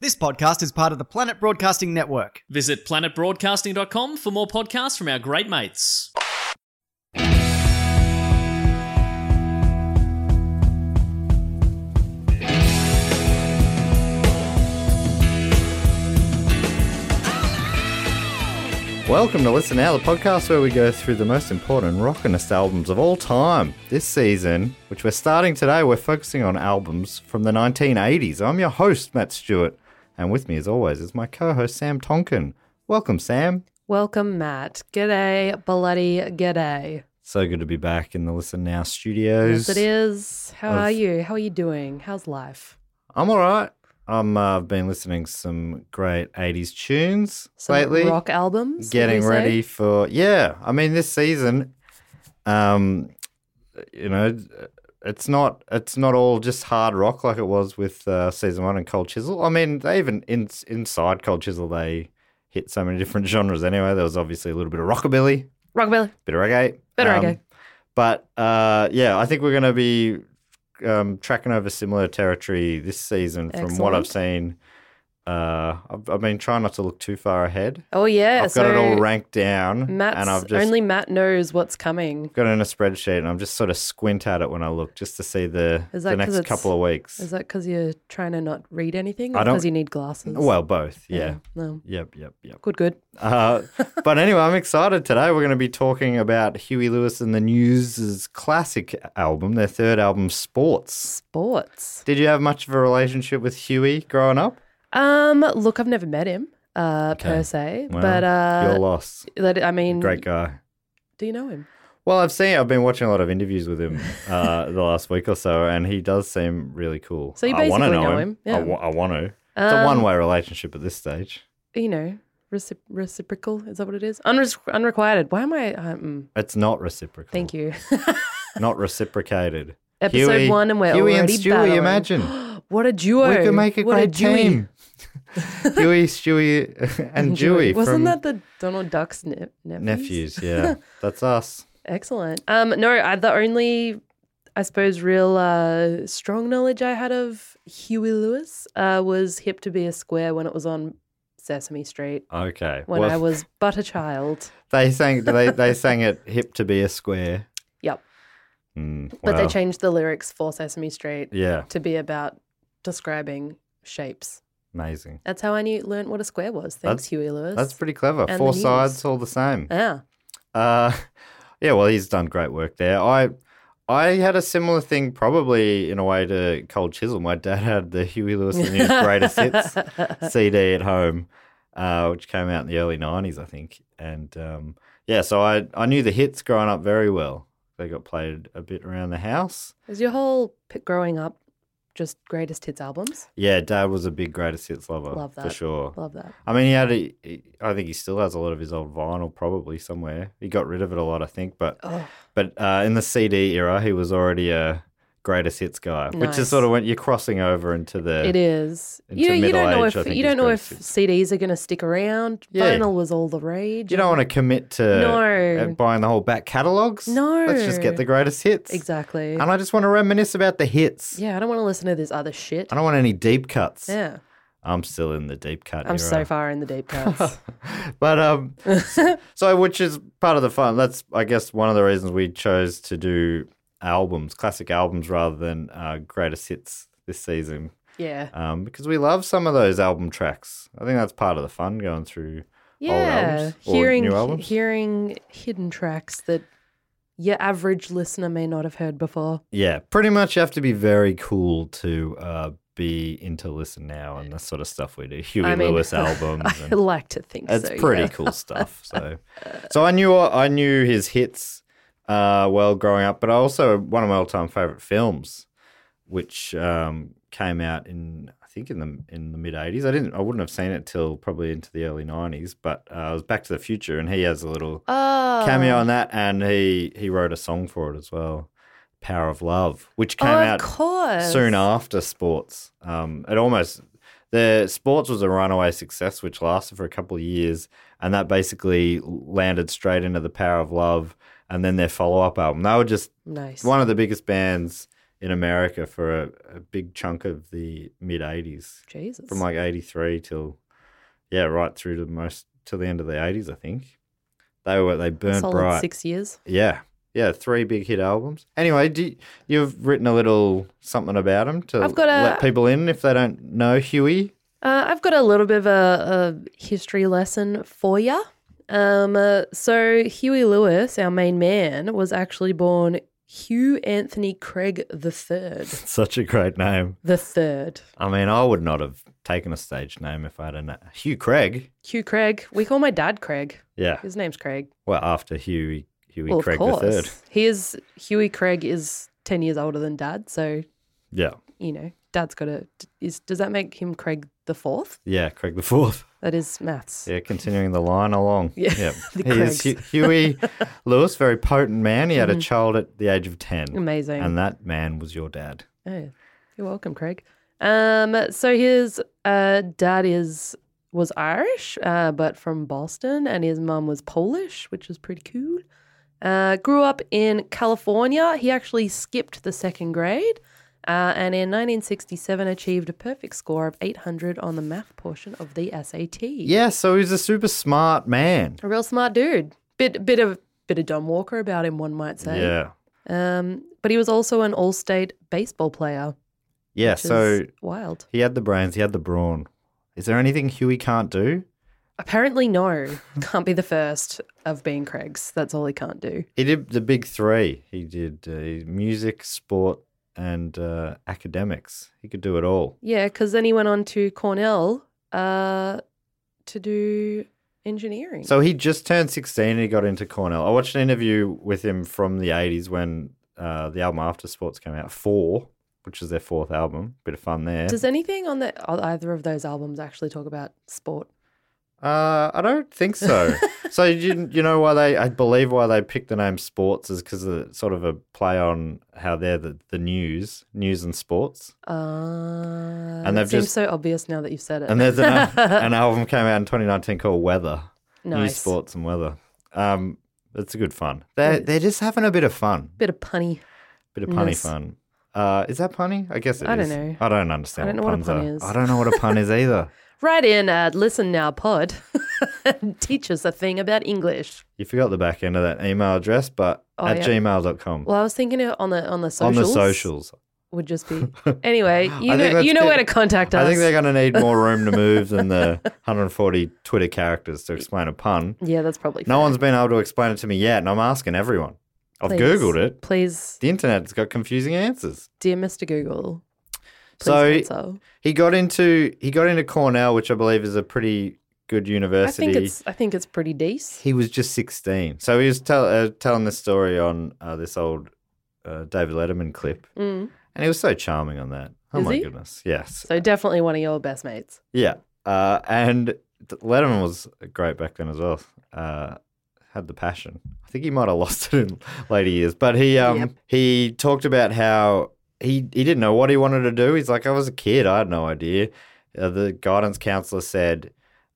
This podcast is part of the Planet Broadcasting Network. Visit planetbroadcasting.com for more podcasts from our great mates. Welcome to Listen Now, the podcast where we go through the most important rockinist albums of all time. This season, which we're starting today, we're focusing on albums from the 1980s. I'm your host, Matt Stewart, and with me, as always, is my co host, Sam Tonkin. Welcome, Sam. Welcome, Matt. G'day, bloody g'day. So good to be back in the Listen Now studios. Yes, it is. How Of- are you? How are you doing? How's life? I'm all right. I'm, uh, I've been listening to some great 80s tunes Some lately. rock albums. would getting you say? ready for yeah i mean this season um you know it's not it's not all just hard rock like it was with uh, season one and cold chisel i mean they even in, inside cold chisel they hit so many different genres anyway there was obviously a little bit of rockabilly Rockabilly. bit of reggae um, Bit of reggae. but uh yeah i think we're going to be um tracking over similar territory this season from what i've seen uh, I've, I've been trying not to look too far ahead. Oh yeah. I've got so it all ranked down, Matt's and I've just only Matt knows what's coming. got it in a spreadsheet, and I'm just sort of squint at it when I look, just to see the Is that the 'cause next it's- couple of weeks. Is that because you're trying to not read anything? I Or don't- because you need glasses. well, both, yeah, No. yep, yep, yep. Good. Good. Uh, but anyway, I'm excited today. We're going to be talking about Huey Lewis and the News's classic album, their third album, Sports. Sports. Did you have much of a relationship with Huey growing up? Um. Look, I've never met him. Uh. Okay. Per se. Well, but you're uh. lost. That I mean. Great guy. Do you know him? Well, I've seen. I've been watching a lot of interviews with him uh, the last week or so, and he does seem really cool. So you I wanna basically know him, I, yeah. wa- I want to. It's a Um, one-way relationship at this stage. You know. Recip- reciprocal is that what it is? Unre- unrequited. Why am I? Um, It's not reciprocal. thank you. Not reciprocated. Episode Huey- one, and we're Huey and already Stewie. battling. Imagine What a duo! we could make a what great Dewey. team. Huey, Stewie, and Dewey. Wasn't from that the Donald Duck's ne- nephews? nephews? Yeah, that's us. Excellent. Um, no, I, the only, I suppose, real uh, strong knowledge I had of Huey Lewis uh, was "Hip to Be a Square" when it was on Sesame Street Okay. when well, I was but a child. they sang. They they sang it hip to be a square. Yep. Mm, But they wow. changed the lyrics for Sesame Street Yeah, to be about describing shapes. amazing. That's how I knew learned what a square was. Thanks, That's- Huey Lewis. That's pretty clever. and the Four news. sides, all the same. Yeah. Uh, yeah, well, he's done great work there. I I had a similar thing, probably in a way to Cold Chisel. My dad had the Huey Lewis and his Greatest Hits CD at home, uh, which came out in the early '90s, I think. And um, yeah, so I I knew the hits growing up very well. They got played a bit around the house. Was your whole p- growing up just greatest hits albums? Yeah, Dad was a big Greatest Hits lover, Love Oh, for that. sure. Love that. I mean, he had. A, he- I think he still has a lot of his old vinyl, probably somewhere. He got rid of it a lot, I think. But Oh. but uh, in the CD era, he was already a greatest hits guy, which is Nice. sort of when you're crossing over into the. It is. Into You, you middle don't know age, I if think you is don't know if greatest hits. CDs are going to stick around. Yeah. Vinyl was all the rage. You don't want to commit to No. uh, buying the whole back catalogs. No. let's just get the greatest hits. exactly. And I just want to reminisce about the hits. yeah, I don't want to listen to this other shit. I don't want any deep cuts. Yeah, I'm still in the deep cut. I'm era. so far in the deep cuts. But um, so which is part of the fun. That's I guess one of the reasons we chose to do albums, classic albums, rather than uh, greatest hits this season, yeah, um, because we love some of those album tracks. I think that's part of the fun going through yeah. albums or Hearing new albums? hearing hidden tracks that your average listener may not have heard before. Yeah, pretty much you have to be very cool to uh, be into listen now and the sort of stuff we do. Huey I mean, Lewis albums. I and- like to think it's so, pretty yeah. cool stuff. So, so I knew I knew his hits uh, well growing up, but I also one of my all time favorite films which um, came out in I think in the in the mid '80s. I didn't, I wouldn't have seen it till probably into the early '90s. But uh, it was Back to the Future, and he has a little Oh. cameo on that, and he he wrote a song for it as well, "Power of Love," which came oh, out of course. soon after sports. Um, it almost the sports was a runaway success, which lasted for a couple of years, and that basically landed straight into the Power of Love, and then their follow up album. They were just Nice. one of the biggest bands in America for a, a big chunk of the mid '80s, Jesus. from like '83 till yeah, right through to most till the end of the '80s, I think. They were they burnt Solid bright. six years. Yeah. Yeah, three big hit albums. Anyway, do you, you've written a little something about them to I've got a- let people in if they don't know Huey. Uh, I've got a little bit of a, a history lesson for you. Um, uh, so Huey Lewis, our main man, was actually born Hugh Anthony Craig the Third. Such a great name. The Third. I mean, I would not have taken a stage name if I had a na- Hugh Craig. Hugh Craig. We call my dad Craig. Yeah. His name's Craig. Well, after Huey, Huey well, Craig of course. the third. He is Huey Craig is ten years older than dad, so Yeah. you know, dad's got a. Is does that make him Craig the fourth? Yeah, Craig the fourth. That is maths. Yeah, continuing the line along. Yeah, Yep. the he is Hu- Craigs. Mm-hmm. Huey Lewis, very potent man. He had a child at the age of ten. Amazing. And that man was your dad. Oh, you're welcome, Craig. Um, so his uh, dad is was Irish, uh, but from Boston, and his mum was Polish, which is pretty cool. Uh, grew up in California. He actually skipped the second grade, uh, and in 1967 achieved a perfect score of 800 on the math portion of the SAT. Yeah, so he's a super smart man. a real smart dude. Bit bit of bit of Don Walker about him, one might say. Yeah. Um, but he was also an all-state baseball player. Yeah, which is so wild. he had the brains, he had the brawn. Is there anything Huey can't do? Apparently, no. Can't be the first of being Craig's. That's all he can't do. He did the big three. He did uh, music, sport, and uh, academics. He could do it all. Yeah, because then he went on to Cornell uh, to do engineering. So he just turned 16 and he got into Cornell. I watched an interview with him from the 80s when uh, the album After Sports came out, Four, which is their fourth album. Bit of fun there. does anything on the on either of those albums actually talk about sport? Uh, I don't think so. so you you know why they I believe why they picked the name sports is because of sort of a play on how they're the, the news news and sports. Uh, and And that they've seems just- so obvious now that you've said it. And there's an, al- an album came out in 2019 called Weather. News, Nice. sports, and weather. Um, it's a good fun. They they're just having a bit of fun, bit of punny. bit of punny Nice. fun. Uh, is that punny? I guess it is. I don't know. I don't understand. I don't what know puns what a pun are. is. I don't know what a pun is either. Right in at Listen Now Pod. Teach us a thing about English. You forgot the back end of that email address, but Oh, at yeah. gmail.com. Well, I was thinking it on the on the on socials. the socials. would just be. Anyway, you I think know, that's you know good. where to contact us. I think they're going to need more room to move than the 140 Twitter characters to explain a pun. Yeah, that's probably. No fair. one's been able to explain it to me yet, and I'm asking everyone. I've Please, Googled it. Please, The internet's got confusing answers. dear Mr. Google. So- Please so He got into he got into Cornell, which I believe is a pretty good I university. think it's I think it's pretty decent. he was just 16, so he was tell, uh, telling this story on uh, this old uh, David Letterman clip, Mm. and he was so charming on that. Oh Is my he? goodness, yes, So definitely one of your best mates. Yeah. Uh, and th- Letterman was great back then as well. Uh, had the passion. I think he might have lost it in later years, but he um Yep. he talked about how he he didn't know what he wanted to do. He's like, I was a kid, I had no idea. Uh, the guidance counselor said,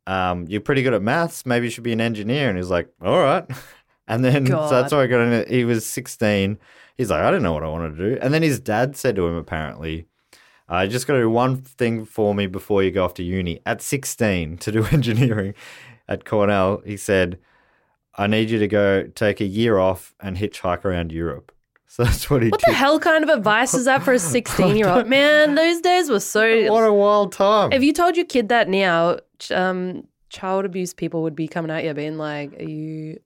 um, "You're pretty good at maths. Maybe you should be an engineer." And he was like, "All right." And then so that's God. why I got in. He was 16. He's like, I didn't know what I wanted to do. And then his dad said to him, apparently, I Uh, just got to do one thing for me before you go off to uni. At 16 to do engineering at Cornell, he said, I need you to go take a year off and hitchhike around Europe. So that's what he What the did. hell kind of advice is that for a sixteen-year-old man? Those days were so. What a wild time. If you told your kid that now, ch- um, child abuse people would be coming at you, being like, "Are you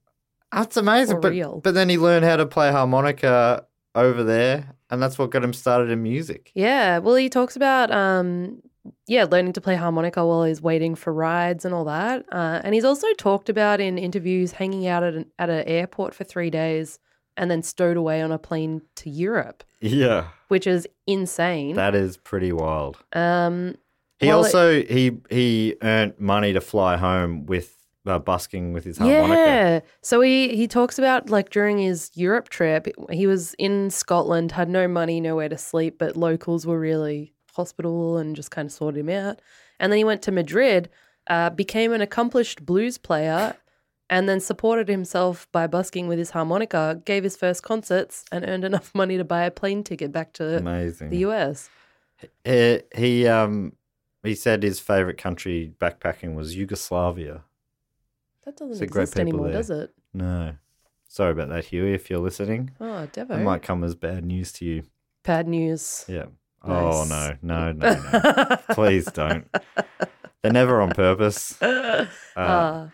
that's amazing. for But, real. but then he learned how to play harmonica over there, and that's what got him started in music. Yeah. Well, he talks about um yeah, learning to play harmonica while he's waiting for rides and all that. Uh, and he's also talked about in interviews hanging out at an, at an airport for three days and then stowed away on a plane to Europe, Yeah. which is insane. That is pretty wild. um, He Well, it- also he he earned money to fly home with uh, busking with his harmonica. yeah. So he he talks about like during his Europe trip, he was in Scotland, had no money, nowhere to sleep, but locals were really hospitable and just kind of sorted him out. And then he went to Madrid, uh, became an accomplished blues player. And then supported himself by busking with his harmonica, gave his first concerts, and earned enough money to buy a plane ticket back to Amazing. the US. He, he um he said his favorite country backpacking was Yugoslavia. That doesn't So great exist people anymore, there. does it? No. Sorry about that, Huey, if you're listening. Oh, Devo. That might come as bad news to you. Bad news. Yeah. Oh no, Nice. no, no, no. Please don't. They're never on purpose. Uh, Ah.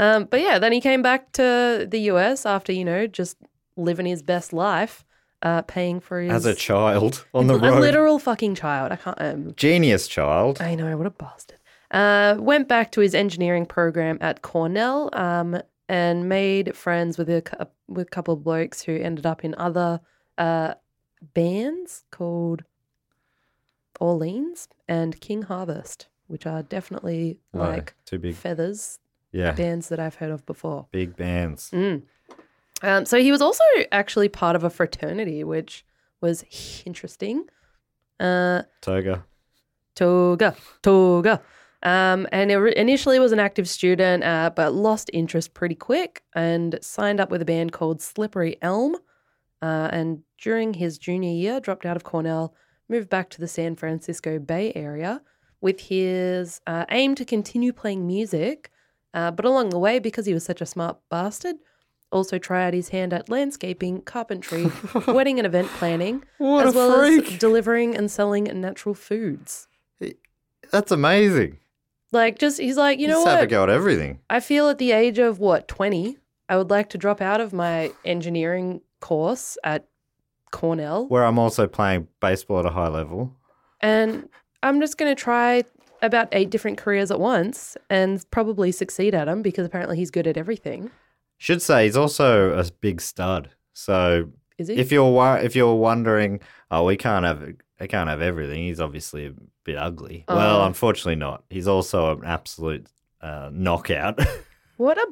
um, but yeah, then he came back to the US after, you know, just living his best life, uh, paying for his. as a child on the A road. literal fucking child. I can't. Um, Genius child. I know, what a bastard. Uh, went back to his engineering program at Cornell um, and made friends with a, cou- with a couple of blokes who ended up in other uh, bands called Orleans and King Harvest, which are definitely No, like too big. feathers Yeah. bands that I've heard of before. Big bands. Mm. Um, so he was also actually part of a fraternity, which was interesting. Uh, Toga. toga, toga. Um, and it re- initially was an active student, uh, but lost interest pretty quick and signed up with a band called Slippery Elm. Uh, and during his junior year, dropped out of Cornell, moved back to the San Francisco Bay Area with his uh, aim to continue playing music. Uh, but along the way, because he was such a smart bastard, also tried his hand at landscaping, carpentry, wedding and event planning, What as a well as freak. delivering and selling natural foods. That's amazing. Like, just he's like, you know Just have a what? go at everything. I feel at the age of what twenty, I would like to drop out of my engineering course at Cornell, Where I'm also playing baseball at a high level. and I'm just going to try about eight different careers at once and probably succeed at them because apparently he's good at everything. Should say he's also a big stud. So Is he? if you're wo- if you're wondering, oh, we can't have I can't have everything. He's obviously a bit ugly. Well, Oh. unfortunately not. He's also an absolute uh, knockout. what a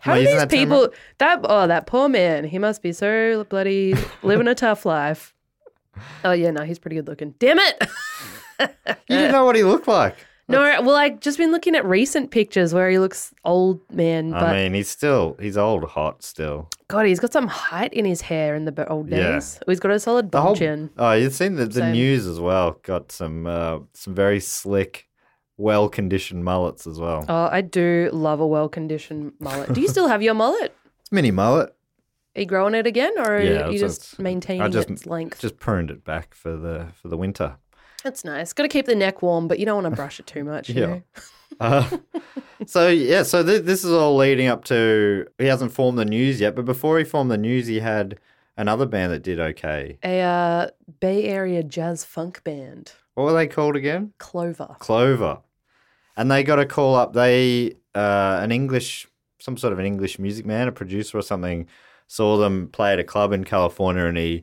how Wait, do isn't these that term- people that oh that poor man he must be so bloody living a tough life. Oh yeah, no, he's pretty good looking. Damn it. you didn't uh, know what he looked like. No, well, I've just been looking at recent pictures where he looks old man, but I mean, he's still he's old, hot still. God, he's got some height in his hair in the b- old Yeah. days. Oh, He's got a solid The bum whole chin. oh, you've seen the, the Same. news as well. Got some uh, some very slick, well conditioned mullets as well. Oh, I do love a well conditioned mullet. Do you still have your mullet? It's mini mullet. Are you growing it again, or are Yeah, you it's- just it's- I maintaining just- its length? Just pruned it back for the for the winter. That's nice. Got to keep the neck warm, but you don't want to brush it too much. You Yeah. know? Uh, so yeah, so th- this is all leading up to he hasn't formed the news yet, but before he formed the news, he had another band that did okay. A uh, Bay Area jazz funk band, What were they called again? Clover. Clover, and they got a call up. They uh, an English, some sort of an English music man, a producer or something, saw them play at a club in California, and he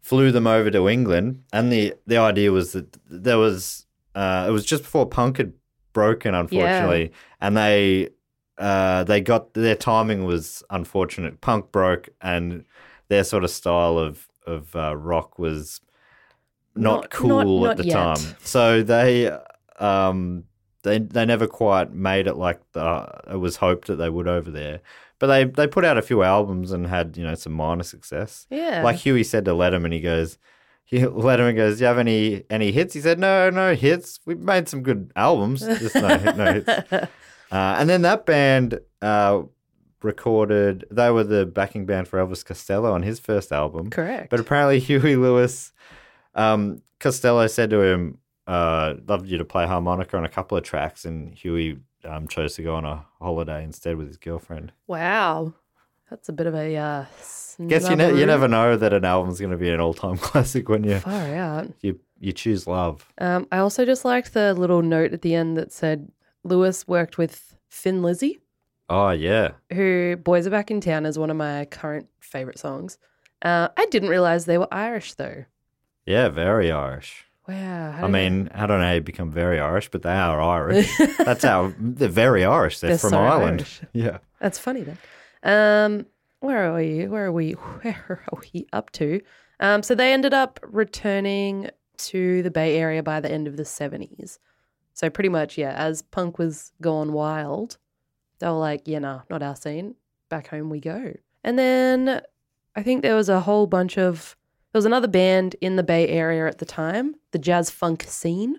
flew them over to England. And the the idea was that there was uh, it was just before punk had broken, unfortunately, and they uh, they got their timing was unfortunate. Punk broke, and their sort of style of of uh, rock was not, Not- cool not- at not the yet. time. So they um they they never quite made it like the, it was hoped that they would over there. But they they put out a few albums and had you know some minor success. Yeah. Like Huey said to Letterman, he goes. He, Letterman goes, "Do you have any any hits?" He said, "No, no hits. We've made some good albums, just no, no hits." Uh, and then that band uh, recorded. They were the backing band for Elvis Costello on his first album. Correct. But apparently, Huey Lewis, um, Costello said to him, uh, "Love you to play harmonica on a couple of tracks," and Huey um, chose to go on a holiday instead with his girlfriend. wow, that's a bit of a uh, Guess you, ne- you snubberoo. never know that an album's going to be an all-time classic when you far out. you you choose love. Um, I also just liked the little note at the end that said Lewis worked with Finn Lizzy. Oh yeah. who Boys Are Back in Town is one of my current favorite songs. Uh, I didn't realize they were Irish though. Yeah, very Irish. Wow. how I did mean, I don't know how you become very Irish, but they are Irish. That's how they're very Irish. They're, They're from so Ireland. Irish. uh, Yeah. That's funny then. Um, where are you? Where are we? Where are we up to? Um, so they ended up returning to the Bay Area by the end of the seventies. So pretty much, yeah, as punk was gone wild, they were like, yeah, nah, not our scene. Back home we go. And then I think there was a whole bunch of there was another band in the Bay Area at the time, the jazz funk scene,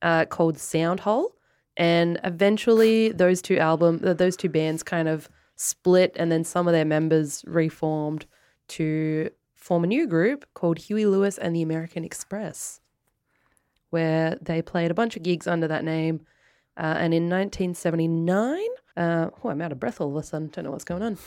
uh, called Soundhole and eventually those two album th- those two bands kind of split and then some of their members reformed to form a new group called Huey Lewis and the American Express where they played a bunch of gigs under that name uh, and in 1979 uh, oh I'm out of breath all of a sudden don't know what's going on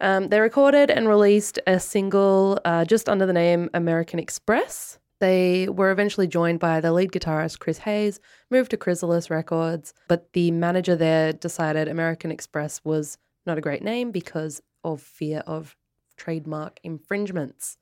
um, they recorded and released a single uh, just under the name American Express. They were eventually joined by the lead guitarist Chris Hayes, moved to Chrysalis Records, but the manager there decided American Express was not a great name because of fear of trademark infringements.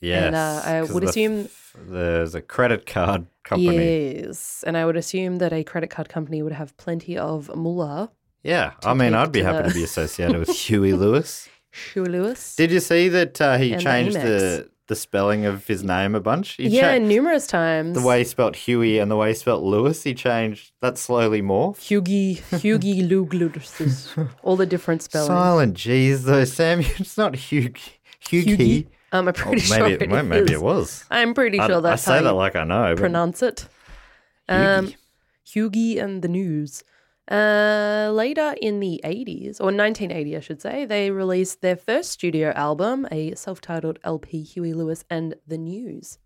Yes. And, uh, I 'cause would the assume- f- there's a credit card company. Yes. And I would assume that a credit card company would have plenty of mullah. Yeah. To I mean, take I'd be to happy the- to be associated with Huey Lewis. Shu Lewis. Did you see that uh, he And the changed Amex. the, the spelling of his name a bunch? He yeah, cha- numerous times. the way he spelt Huey and the way he spelt Lewis, he changed that slowly more. Hugie, Hugie Lugludus. All the different spellings. Silent G's though, Sam. It's not Hughie. Hughie. Um, I'm Oh, pretty maybe sure it, it well, maybe is. it was. I'm pretty I- sure I, that's say how that you like I know. But pronounce it. Um, Hughie and the News. Uh, later in the 80s, or 1980, I should say, they released their first studio album, a self titled LP, Huey Lewis and the News.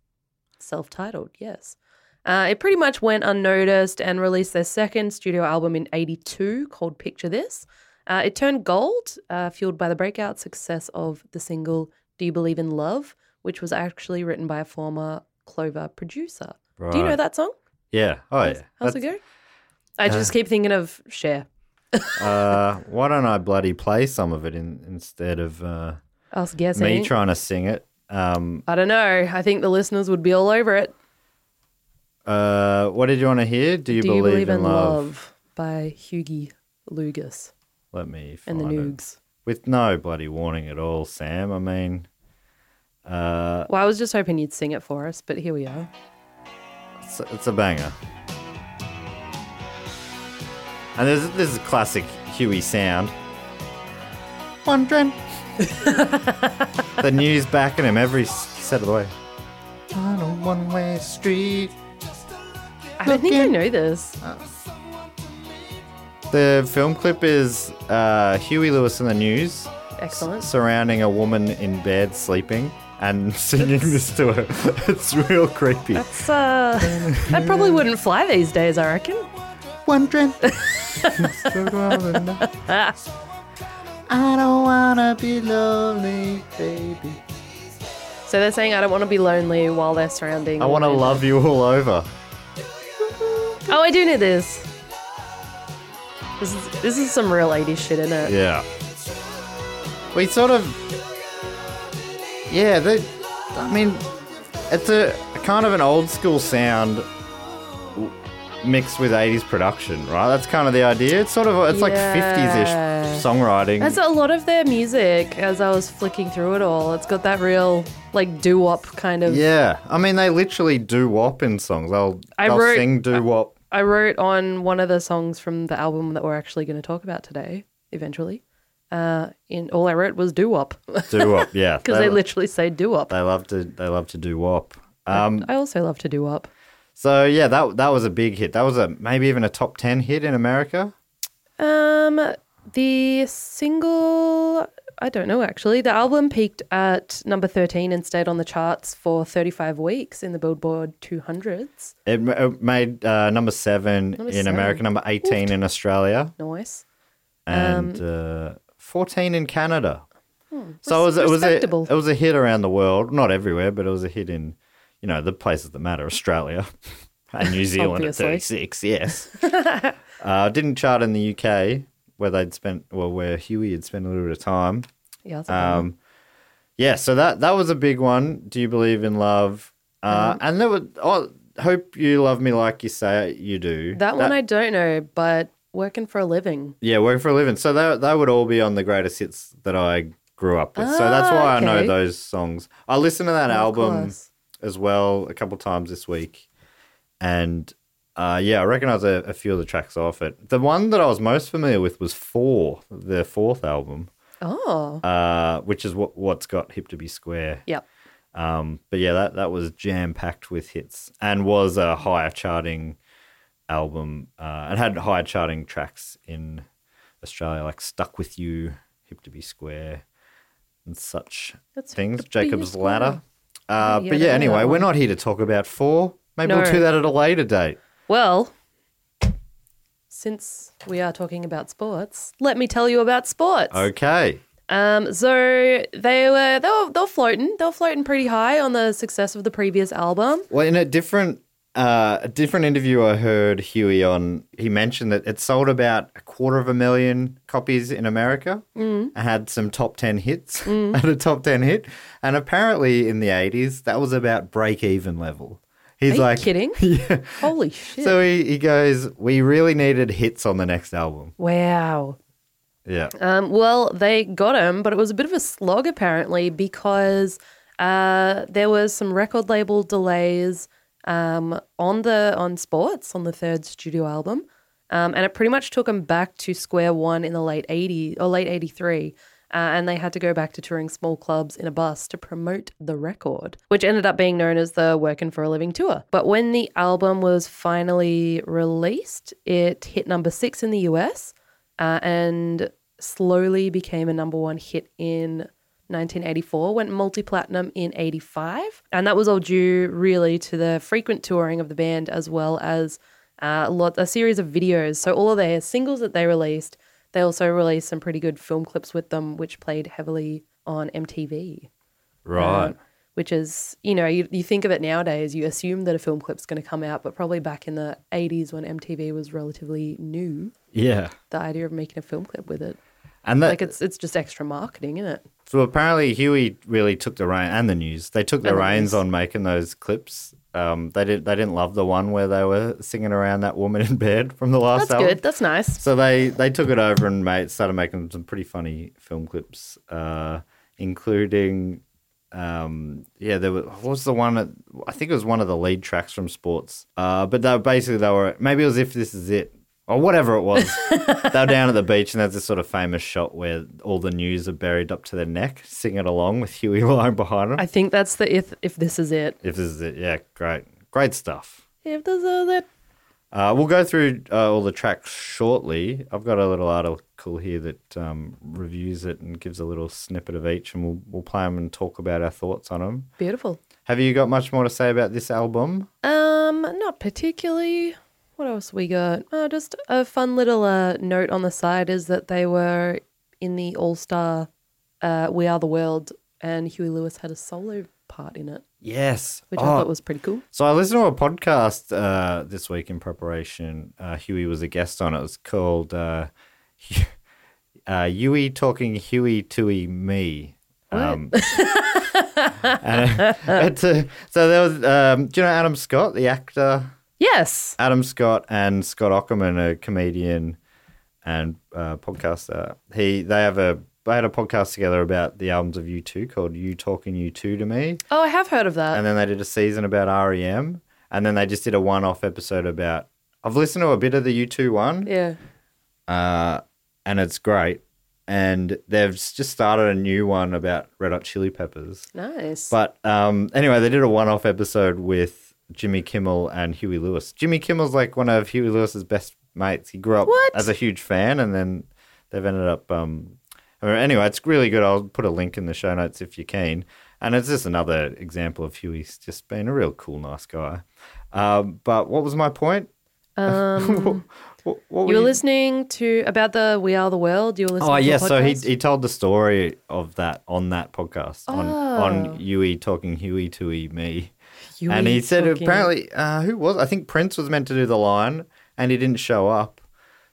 Self titled, yes. Uh, it pretty much went unnoticed and released their second studio album in 82 called Picture This. Uh, it turned gold, uh, fueled by the breakout success of the single Do You Believe in Love, which was actually written by a former Clover producer. Do you know Right. that song? yeah. Oh yeah. How's it That's- go? I just keep thinking of Cher. uh, why don't I bloody play some of it in, instead of uh, Us guessing. me trying to sing it? Um, I don't know. I think the listeners would be all over it. uh, what did you want to hear? Do you, Do believe, in love? by Hughie Lugas Let me find and the it. Noogs? With no bloody warning at all, Sam. I mean, uh, Well, I was just hoping you'd sing it for us, but here we are. it's, it's a banger. And this, this is classic Huey sound. Wondering. the news backing him every s- set of the way. On a one-way street. I don't think I Looking- know this. The film clip is uh, Huey Lewis in the news Excellent. surrounding a woman in bed sleeping and singing this to her. it's real creepy. It's, uh, that probably wouldn't fly these days, I reckon. Wondering. Still growing up. I don't wanna be lonely, baby. So they're saying, I don't want to be lonely while they're surrounding. I wanna women." love you all over. Oh, I do know this. This is, this is some real 80s shit, isn't it? Yeah. We sort of. Yeah, they. I mean, it's a, a kind of an old school sound w- mixed with 80s production, right? That's kind of the idea. It's sort of. It's like 50s Yeah. ish songwriting. That's a lot of their music as I was flicking through it all. It's got that real, like, doo wop kind of. yeah. I mean, they literally do wop in songs. They'll, I they'll wrote- sing do wop. I wrote on one of the songs from the album that we're actually going to talk about today, eventually. Uh, in all I wrote was doo wop because Do wop, yeah. they literally say doo wop. they love to they love to do wop. Um, I also love to doo wop. so yeah, that that was a big hit. That was a maybe even a top ten hit in America. Um, the single, I don't know actually. The album peaked at number thirteen and stayed on the charts for thirty-five weeks in the Billboard 200s. It, m- it made uh, number seven Number in seven. Um, America, number 18 in Australia, Nice. and uh, 14 in Canada. so it was, res- it, was a, hmm, respectable. it was a hit around the world, not everywhere, but it was a hit in, you know, the places that matter Australia and New Zealand at Obviously. 36, yes. uh, it didn't chart in the UK, where they'd spent, well, where Huey had spent a little bit of time. Yeah, that's okay. Um, yeah, so that that was a big one. Do you believe in love? Uh-huh. Uh, and there were. Oh, hope you love me like you say you do. that one I don't know, but working for a living. Yeah, work for a living. So that that would all be on the greatest hits that I grew up with. so that's Ah, why I know okay. those songs. I listened to that album course. as well a couple times this week, and uh, yeah, I recognize a, a few of the tracks off it. The one that I was most familiar with was Four, their fourth album, Oh, uh, which is what what's got Hip to Be Square. yep. Um, but yeah, that that was jam packed with hits and was a higher charting album uh, and had higher charting tracks in Australia, like "Stuck with You," "Hip to Be Square," and such That's things. the "Jacob's biggest Ladder." Uh, yeah, but I yeah, know anyway, that we're one. not here to talk about four. Maybe we'll No. do that at a later date. Well, since we are talking about sports, let me tell you about sports. Okay. Um, so they were they were they were floating they were floating pretty high on the success of the previous album. Well, in a different uh, a different interview I heard Huey on, he mentioned that it sold about a quarter of a million copies in America Mm. and had some top 10 hits, had a top 10 hit. And apparently in the 80s, that was about break even level. He's Are you like, kidding? Yeah. Holy shit! So he, he goes, We really needed hits on the next album. wow. Yeah. Um, well, they got him, but it was a bit of a slog apparently because uh, there was some record label delays um, on the on Sports on the third studio album, um, and it pretty much took them back to square one in the late eighty or late eighty three. Uh, and they had to go back to touring small clubs in a bus to promote the record, which ended up being known as the Working for a Living Tour. But when the album was finally released, it hit number six in the US uh, and slowly became a number one hit in 1984, went multi platinum in 85. And that was all due really to the frequent touring of the band as well as uh, a, lot, a series of videos. So, all of their singles that they released, they also released some pretty good film clips with them, which played heavily on MTV. Right. Um, which is, you know, you, you think of it nowadays, you assume that a film clip's going to come out, but probably back in the 80s when MTV was relatively new, yeah. the idea of making a film clip with it. And that, Like it's it's just extra marketing, isn't it? So apparently, Huey really took the rein and the news. They took the And the reins news. on making those clips. Um, they didn't. They didn't love the one where they were singing around that woman in bed from the last That's album. good. That's nice. So they they took it over and made started making some pretty funny film clips, uh, including. Um, yeah, there was what was the one? That, I think it was one of the lead tracks from Sports. Uh, but they were basically they were maybe it was if this is it or whatever it was. they were down at the beach and there's this sort of famous shot where all the news are buried up to their neck, singing along with Huey lying behind them. I think that's the if if this is it. if this is it, yeah, great, great stuff. If this is it. Uh, we'll go through uh, all the tracks shortly. I've got a little article here that um, reviews it and gives a little snippet of each, and we'll, we'll play them and talk about our thoughts on them. Beautiful. Have you got much more to say about this album? Um, not particularly. What else we got? Oh, just a fun little uh, note on the side is that they were in the All Star uh, We Are the World, and Huey Lewis had a solo part in it, Yes. Oh, which I thought was pretty cool. So I listened to a podcast uh, this week in preparation. Uh, Huey was a guest on it. It was called uh, uh, Huey Talking Huey Tui Me. Um, and, uh, it's a- so there was, um, do you know Adam Scott, the actor? Yes. Adam Scott and Scott Ockerman, a comedian and uh, podcaster. He they have a they had a podcast together about the albums of U two called "You Talking U two to Me," Oh, I have heard of that. and then they did a season about REM, and then they just did a one off episode about. I've listened to a bit of the U two one, yeah. uh, and it's great. And they've just started a new one about Red Hot Chili Peppers. Nice. But um, anyway, they did a one-off episode with Jimmy Kimmel and Huey Lewis. Jimmy Kimmel's like one of Huey Lewis's best mates. He grew up What? as a huge fan, and then they've ended up. Um, I mean, anyway, it's really good. I'll put a link in the show notes if you can. And it's just another example of Huey's just being a real cool, nice guy. Um, but what was my point? Um, what, what you were listening to about the We Are the World. You were listening. Oh to yes, a so he podcast? he told the story of that on that podcast on on Oh. Huey talking Huey Tui me, and Huey he said talking- apparently uh, who was I think Prince was meant to do the line and he didn't show up,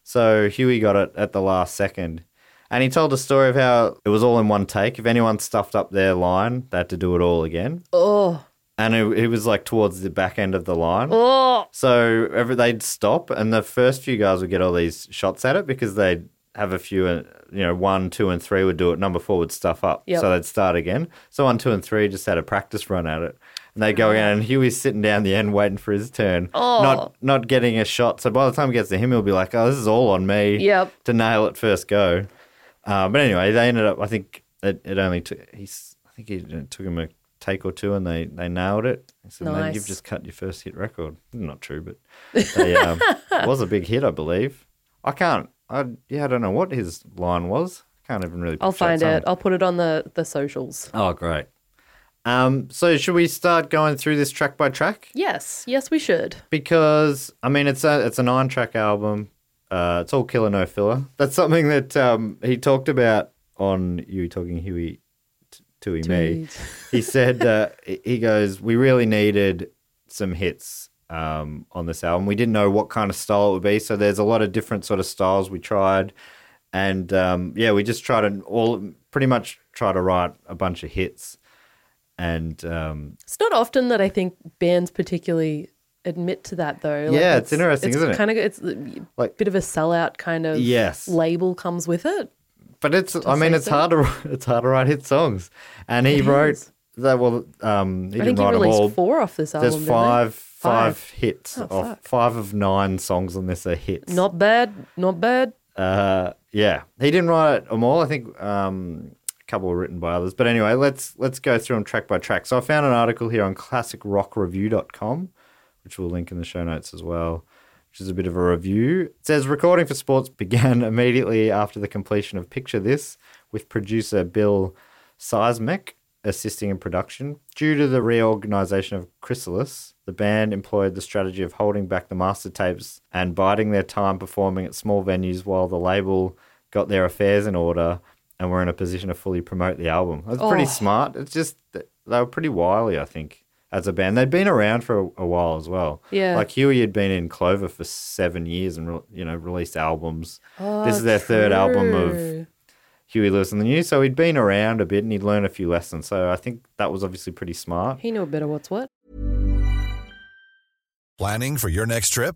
So Huey got it at the last second. And he told a story of how it was all in one take. If anyone stuffed up their line, they had to do it all again. Oh, And it, it was like towards the back end of the line. oh, So every, they'd stop, and the first few guys would get all these shots at it because they'd have a few, uh, you know, one, two, and three would do it. Number four would stuff up. Yep. So they'd start again. So one, two, and three just had a practice run at it. And they go again, and Huey's sitting down the end waiting for his turn, Oh. not not getting a shot. So by the time it gets to him, he'll be like, "Oh, this is all on me Yep. to nail it first go." Uh, but anyway, they ended up. I think it, it only took he's. I think it took him a take or two, and they they nailed it. He said, "Mate, Nice. you've just cut your first hit record. Not true, but they, um, it was a big hit, I believe. I can't. I yeah, I don't know what his line was. Can't even really. I'll picture find Someone- it. I'll put it on the the socials. Oh, great. Um, so should we start going through this track by track? Yes, yes, we should. Because I mean, it's a it's a nine track album. Uh, it's all killer no filler. That's something that um, he talked about on you talking Huey t- to me. he said uh, he goes we really needed some hits um, on this album we didn't know what kind of style it would be so there's a lot of different sort of styles we tried and um, yeah we just tried to all pretty much try to write a bunch of hits and um, It's not often that I think bands particularly admit to that though. Yeah, it's interesting, isn't it? Kind of, it's a Like- bit of a sellout kind of Yes. label comes with it. but it's I mean say it's hard to it's hard to write hit songs and he wrote that well um, he I didn't think he write them all released four off this album. there's didn't they? five, five Five. hits Oh, of fuck. five of nine songs on this are hits Not bad, not bad. Uh, yeah, he didn't write them all. I think um, a couple were written by others. But anyway, let's let's go through them track by track. So I found an article here on classicrockreview.com, which we'll link in the show notes as well, which is a bit of a review. It says recording for sports began immediately after the completion of Picture This with producer Bill Seismic assisting in production. Due to the reorganization of Chrysalis, the band employed the strategy of holding back the master tapes and biding their time performing at small venues while the label got their affairs in order and were in a position to fully promote the album. That's pretty smart. It's just th- they were pretty wily, I think, as a band. They'd been around for a, a while as well. Yeah. Like Huey had been in Clover for seven years and re- you know released albums. this is their third album of Ah, True. Huey Lewis and the News. So he'd been around a bit and he'd learned a few lessons. So I think that was obviously pretty smart. He knew better what's what. Planning for your next trip?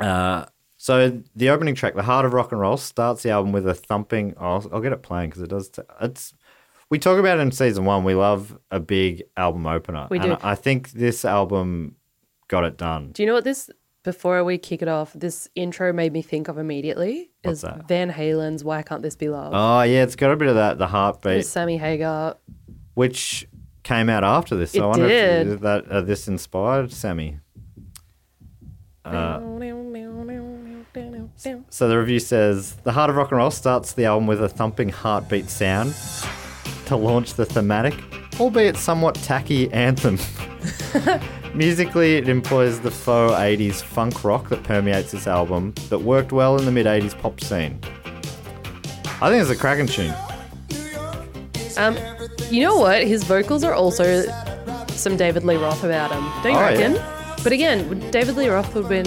Uh, so the opening track, "The Heart of Rock and Roll," starts the album with a thumping. I'll, I'll get it playing because it does. T- it's we talk about it in season one. We love a big album opener. We and do. I think this album got it done. Do you know what this? Before we kick it off, this intro made me think of immediately What's is that? Van Halen's "Why Can't This Be Love." Oh yeah, it's got a bit of that. The It heartbeat, was Sammy Hagar. which came out after this. So It I wonder did. if if that uh, this inspired Sammy. So the review says The Heart of Rock and Roll starts the album with a thumping heartbeat sound to launch the thematic, albeit somewhat tacky, anthem. Musically, it employs the faux 80s funk rock that permeates this album that worked well in the mid 80s pop scene. I think it's a cracking tune. Um, you know what? His vocals are also some David Lee Roth about him. Don't you Oh, reckon? yeah. But again, David Lee Roth would have been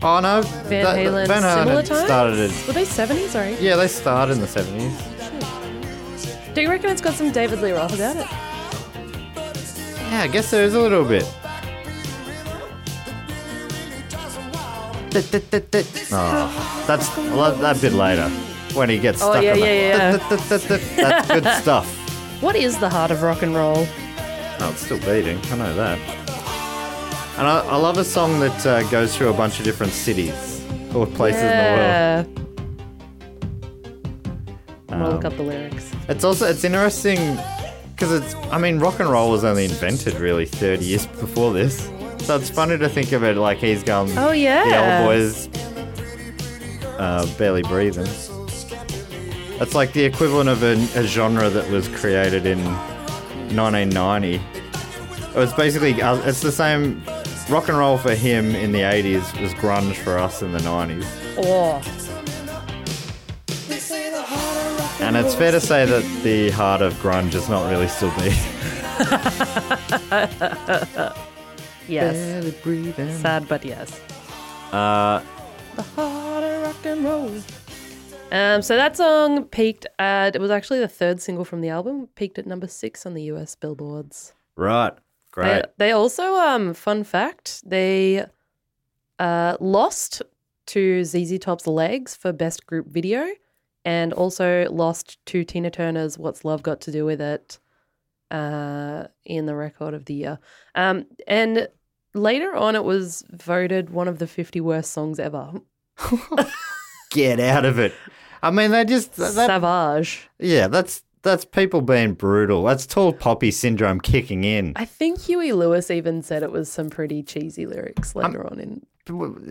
Oh no, Van that- Halen Van Halen similar time. started it. Were they seventies? Sorry. Yeah, they started in the 70s. Do you reckon it's got some David Lee Roth about it? Yeah, I guess there is a little bit. Oh, that's I love that bit later when he gets Oh, stuck. yeah, on yeah, that. That's good stuff. What is the heart of rock and roll? Oh, it's still beating. I know that. And I, I love a song that uh, goes through a bunch of different cities or places in Yeah. the I'm gonna world. look Um, up the lyrics. it's also it's interesting because it's I mean rock and roll was only invented really 30 years before this. So it's funny to think of it like he's gone. Oh, yeah. The old boy's uh, barely breathing. That's like the equivalent of a, a genre that was created in 1990. It was basically uh, it's the same. Rock and roll for him in the 80s was grunge for us in the 90s. Oh, And it's fair to say that the heart of grunge is not really still me. yes. breathing. Sad, but yes. Uh, Um, so that song peaked at, it was actually the third single from the album, peaked at number six on the US billboards. right. Great. They, they also, um, fun fact, they uh, lost to ZZ Top's Legs for Best Group Video and also lost to Tina Turner's What's Love Got to Do with It uh, in the record of the year. Um, and later on, it was voted one of the 50 worst songs ever. Get out of it. I mean, they just. That, Savage. yeah, that's that's people being brutal. That's tall poppy syndrome kicking in. I think Huey Lewis even said it was some pretty cheesy lyrics later on in.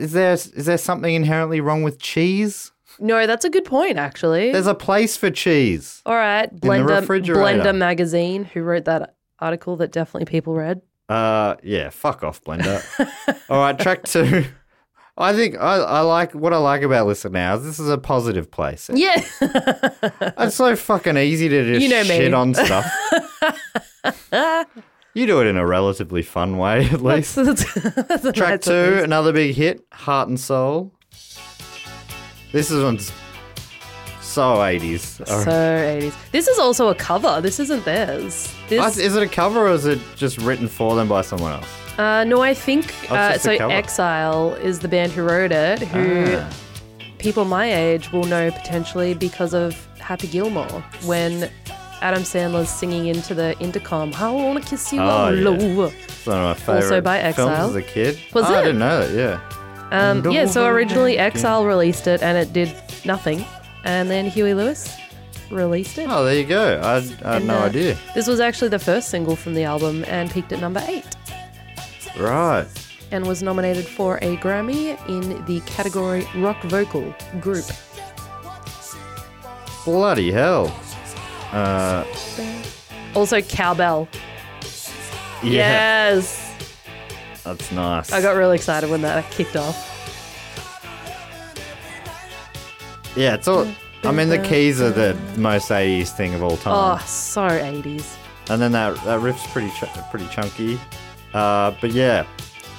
Is there is there something inherently wrong with cheese? No, that's a good point, actually. There's a place for cheese. All right, the Blender, refrigerator. Blender magazine, who wrote that article that definitely people read. Uh, yeah, fuck off, Blender. All right, track two. I think I, I like what I like about Listen Now is this is a positive place. Yeah, It's so fucking easy to just You know me. shit on stuff. you do it in a relatively fun way, at that's, least. that's, that's a Track nice two, one. another big hit, Heart and Soul. This is one's so 80s. All So right. 80s. This is also a cover. This isn't theirs. I- This, is it a cover or is it just written for them by someone else? uh, no, I think Oh, it's uh, just a so. cover. Ah. Exile is the band who wrote it, who people my age will know potentially because of Happy Gilmore when Adam Sandler's singing into the intercom. I wanna kiss you Oh, all yeah. over. It's one of my favorite by Exile. films as a kid. Was Oh, I it? didn't know that, yeah. Um, yeah, so Wonderful originally American. Exile released it and it did nothing, and then Huey Lewis released it. Oh, there you go. I, I had And, no uh, idea. This was actually the first single from the album and peaked at number eight. Right. and was nominated for a Grammy in the category Rock Vocal Group. Bloody hell. Uh, Also, Cowbell. yeah. Yes! That's nice. I got really excited when that kicked off. Yeah, it's all. I mean, the keys are the most 80s thing of all time. Oh, so 80s. And then that, that riff's pretty ch- pretty chunky. Uh, but yeah,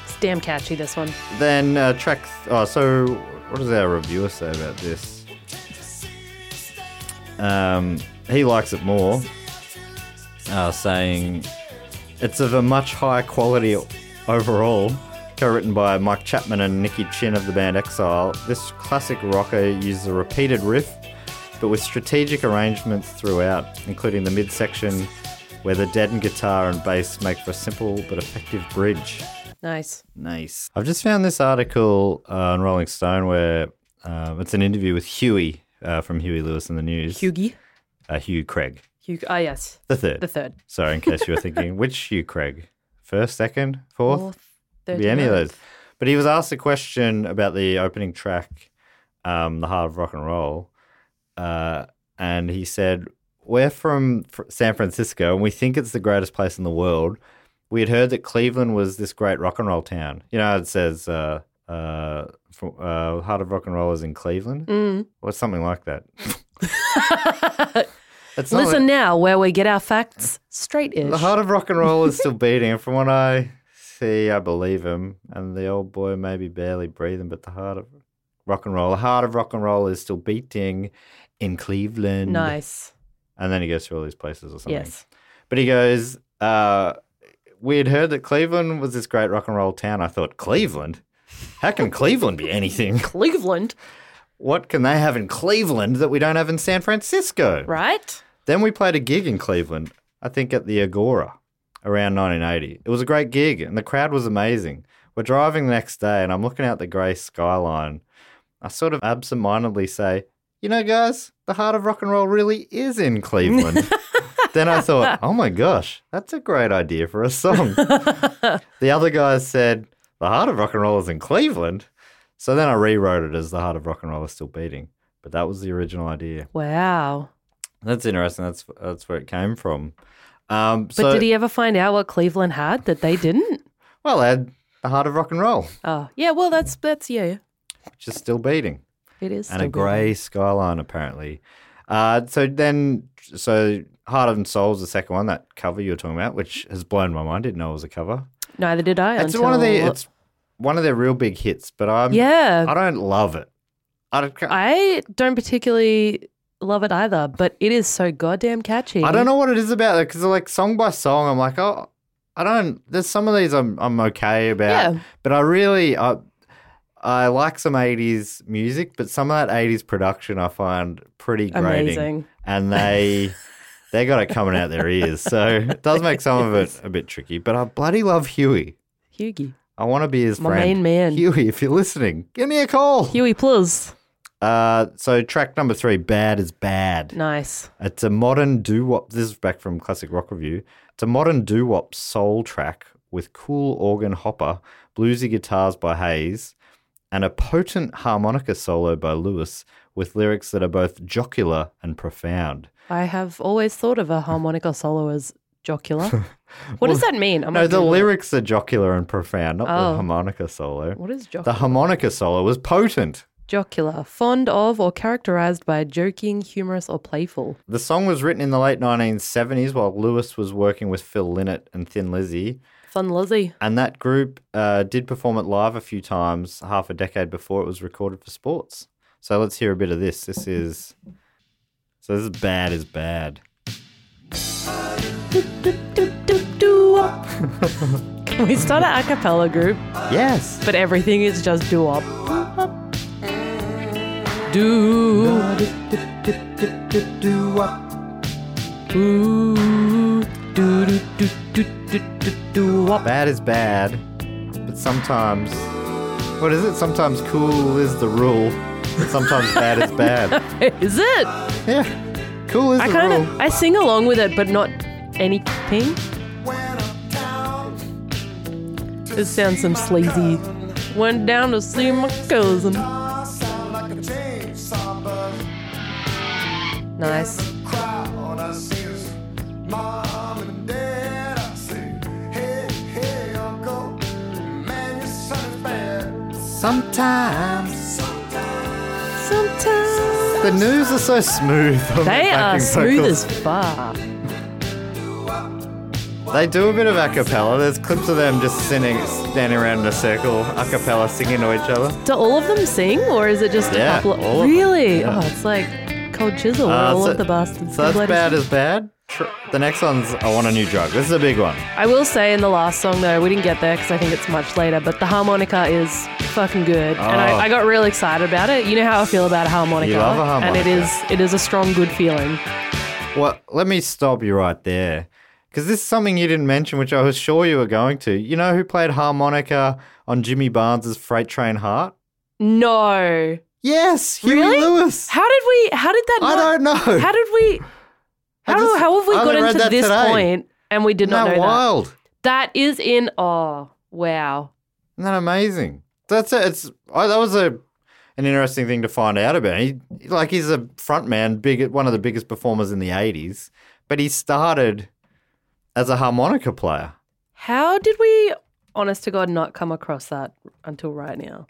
It's damn catchy, this one. then uh, track. Th- oh, so what does our reviewer say about this? Um, he likes it more, uh, saying it's of a much higher quality overall. Co-written by Mike Chapman and Nicky Chin of the band Exile, this classic rocker uses a repeated riff, but with strategic arrangements throughout, including the midsection, where the deadened guitar and bass make for a simple but effective bridge. Nice. Nice. I've just found this article uh, on Rolling Stone where um, it's an interview with Huey uh, from Huey Lewis in the News. Hughie. Uh, Hugh Craig, Hugh. Ah, yes. the third. The third. Sorry, in case you were thinking, which Hugh Craig? First, second, fourth? Could be any of 39th. those. But he was asked a question about the opening track, um, "The Heart of Rock and Roll," uh, and he said, "We're from fr- San Francisco, and we think it's the greatest place in the world. We had heard that Cleveland was this great rock and roll town. You know, it says uh, uh, from, uh, Heart of Rock and Roll is in Cleveland, or something like that." it's not like- Listen now, where we get our facts straight ish. the heart of rock and roll is still beating. and From what I see, I believe him. And the old boy may be barely breathing, but the heart of rock and roll, the heart of rock and roll is still beating in Cleveland. Nice. And then he goes through all these places or something. Yes. But he goes, uh, we had heard that Cleveland was this great rock and roll town. I thought, Cleveland? How can Cleveland be anything? Cleveland, What can they have in Cleveland that we don't have in San Francisco? right? Then we played a gig in Cleveland, I think at the Agora around 1980. It was a great gig and the crowd was amazing. We're driving the next day and I'm looking out the grey skyline. I sort of absentmindedly say, You know, guys, the heart of rock and roll really is in Cleveland. then I thought, oh my gosh, that's a great idea for a song. the other guys said, The Heart of Rock and Roll is in Cleveland. So then I rewrote it as The Heart of Rock and Roll is Still Beating. But that was the original idea. Wow. That's interesting. That's that's where it came from. Um, But so, did he ever find out what Cleveland had that they didn't? Well, I had The Heart of Rock and Roll, Oh, yeah. Well, that's that's yeah. which is still beating. It is. and still a grey skyline apparently. Uh, so then, so Heart and Soul is the second one that cover you were talking about, which has blown my mind. Didn't know it was a cover. good. Neither did I. It's one of the until- it's one of their real big hits, but I'm yeah. I don't love it. I don't. I, I don't particularly love it either, but it is so goddamn catchy. don't know what it is about it because like song by song, I'm like oh. I don't. There's some of these I'm I'm okay about, Yeah. but I really I I like some '80s music, but some of that '80s production I find pretty grating. Amazing. and they they got it coming out their ears. So it does make some of it a bit tricky. But I bloody love Huey. Hughie. I want to be his My friend. main man. Huey, if you're listening, give me a call. Huey Plus. Uh, so track number three, "Bad Is Bad." Nice. It's a modern doo wop. This is back from Classic Rock Review. It's a modern doo wop soul track with cool organ hopper, bluesy guitars by Hayes, and a potent harmonica solo by Lewis with lyrics that are both jocular and profound. I have always thought of a harmonica solo as jocular. What does that mean? I'm no, gonna the Google it. lyrics are jocular and profound, not Oh. the harmonica solo. What is jocular? The harmonica solo was potent. jocular. Fond of or characterized by joking, humorous, or playful. The song was written in the late 1970s while Lewis was working with Phil Lynott and Thin Lizzy. Fun Lizzie. And that group uh, did perform it live a few times half a decade before it was recorded for sports. So let's hear a bit of this. This is. So this is bad is bad. Can we start an a cappella group, Yes. but everything is just doo wop? Do. Ooh. Do do do do do do do wop. Bad is bad, but sometimes. What is it? Sometimes cool is the rule, but sometimes bad is bad. Is it? Yeah. Cool is I the kind rule. of I sing along with it, but not anything. This sounds some sleazy. Went down to see my cousin. Nice. Sometimes. Sometimes The news are so smooth. on the they are backing smooth vocals. as fuck. They do a bit of a cappella. There's clips of them just sitting, standing around in a circle, a cappella singing to each other. Do all of them sing, or is it just Yeah, a couple? Of, all of them, really? yeah. Oh, it's like cold chisel. where Uh, all so- of the bastards. So do that's bloody bad sing. as bad. Tr- The next one's I Want a New Drug. This is a big one. I will say in the last song though, we didn't get there because I think it's much later, but the harmonica is fucking good, and Oh. I, I got real excited about it. You know how I feel about a harmonica, You love a and it harmonica. is it is a strong good feeling. Well, let me stop you right there. Because this is something you didn't mention, which I was sure you were going to. You know who played harmonica on Jimmy Barnes's Freight Train Heart? No, Yes, Huey Really? Lewis. how did we? How did that? I not- don't know. How did we? I How, just- how have we I only gotten read to that this today. point and we did Isn't not that know wild? that? That is in oh wow. Isn't that amazing? That's a, it's I, that was a an interesting thing to find out about. He like he's a frontman, big one of the biggest performers in the '80s, but he started as a harmonica player. How did we, honest to God, not come across that until right now?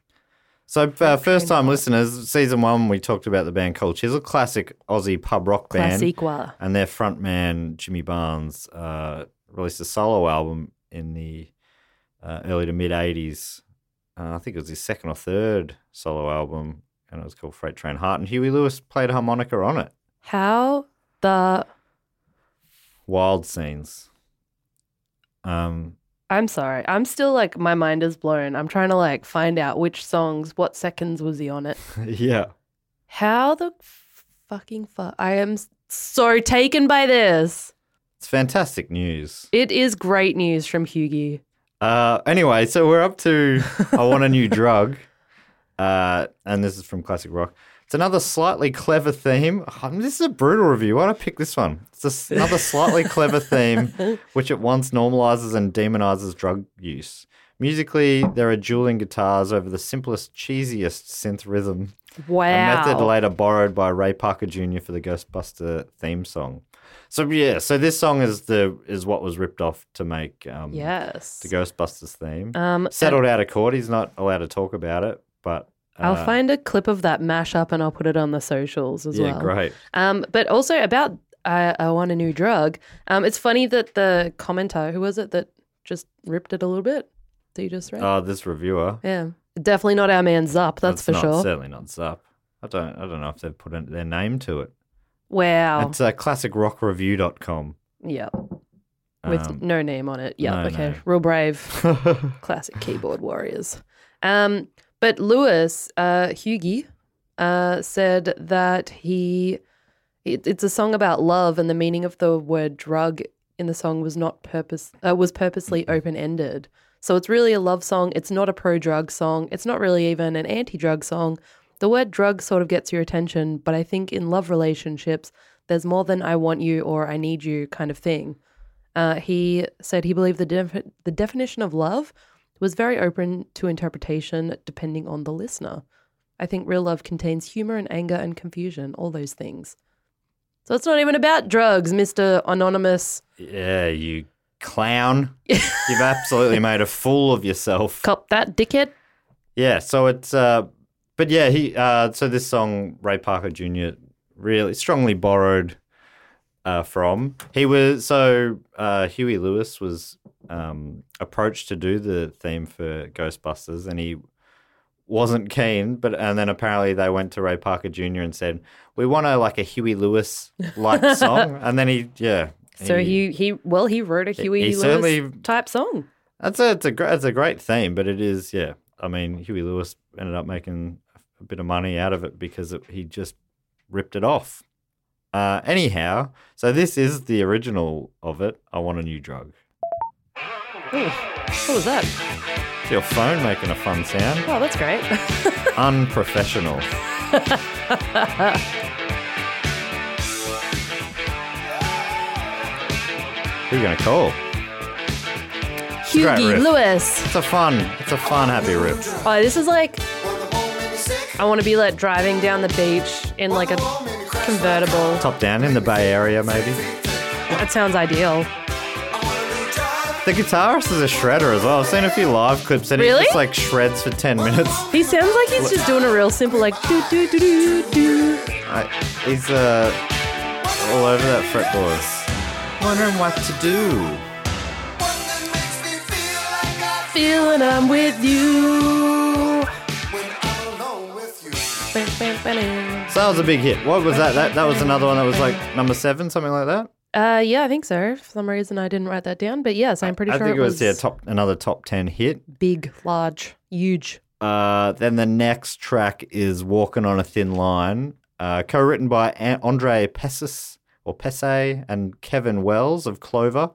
So, uh, first time listeners, season one, we talked about the band Cold Chisel, classic Aussie pub rock band. Classiqua. And their frontman, Jimmy Barnes, uh, released a solo album in the uh, early to mid 80s. Uh, I think it was his second or third solo album, and it was called Freight Train Heart. And Huey Lewis played harmonica on it. How the Wild scenes. Um, I'm sorry. I'm still like my mind is blown. I'm trying to like find out which songs, what seconds was he on it. yeah. How the f- fucking fuck? I am s- so taken by this. It's fantastic news. It is great news from Hughie. Uh, anyway, so we're up to I Want a New Drug. Uh, and this is from Classic Rock. It's another slightly clever theme. Oh, this is a brutal review. Why'd I pick this one? It's just another slightly clever theme, which at once normalizes and demonizes drug use. Musically, there are dueling guitars over the simplest, cheesiest synth rhythm, Wow. a method later borrowed by Ray Parker Jr. for the Ghostbuster theme song. So yeah, so this song is the is what was ripped off to make um, yes. the Ghostbusters theme. Um, Settled out of court. He's not allowed to talk about it, but uh, I'll find a clip of that mashup and I'll put it on the socials as yeah, well. great. Um, but also about I, I want a new drug. Um, it's funny that the commenter, who was it that just ripped it a little bit? That you just read? Oh, this reviewer. yeah, definitely not our man Zup. That's, for not, sure. Certainly not Zup. I don't. I don't know if they've put in their name to it. Wow. It's uh, classicrockreview.com. yeah, with Um, no name on it. Yeah. no, okay. no. Real brave. Classic keyboard warriors. Um, but Lewis uh, Hughie uh, said that he it, it's a song about love, and the meaning of the word drug in the song was not purpose uh, was purposely open ended. So it's really a love song. It's not a pro drug song. It's not really even an anti drug song. The word drug sort of gets your attention, but I think in love relationships, there's more than I want you or I need you kind of thing. Uh, he said he believed the, def- the definition of love was very open to interpretation depending on the listener. I think real love contains humor and anger and confusion, all those things. So it's not even about drugs, Mr. Anonymous Yeah, you clown. You've absolutely made a fool of yourself. Cop That Dickhead. Yeah, so it's uh but yeah, he uh so this song Ray Parker Jr. really strongly borrowed uh from. He was so uh Huey Lewis was um approached to do the theme for Ghostbusters and he wasn't keen, but and then apparently they went to Ray Parker Jr. and said, We want a like a Huey Lewis like song and then he yeah. So he, he, well, he wrote a Huey he Lewis certainly- type song. That's a it's a great it's a great theme, but it is yeah. I mean, Huey Lewis ended up making a bit of money out of it because it, he just ripped it off. Uh, anyhow, so this is the original of it. I want a new drug. What was that? It's your phone making a fun sound. Oh, that's great. Unprofessional. Who you gonna call? great Hughie riff. Lewis. It's a fun, it's a fun happy rip. Oh, this is like I want to be like driving down the beach in like a convertible. Top down in the Bay Area, maybe. That sounds ideal. The guitarist is a shredder as well. I've seen a few live clips and Really? he just like shreds for 10 minutes. He sounds like he's just doing a real simple like do do do do do. I, he's uh, all over that fretboard. Wondering what to do. Feeling I'm with you. So that was a big hit. What was that? That that was another one that was like number seven, something like that. Uh, yeah, I think so. For some reason, I didn't write that down, but yes, I'm pretty I sure think it was, yeah, top another top ten hit. big, large, huge. Uh, then the next track is "Walking on a Thin Line," uh, co-written by An- Andre Pessis or Pesse and Kevin Wells of Clover.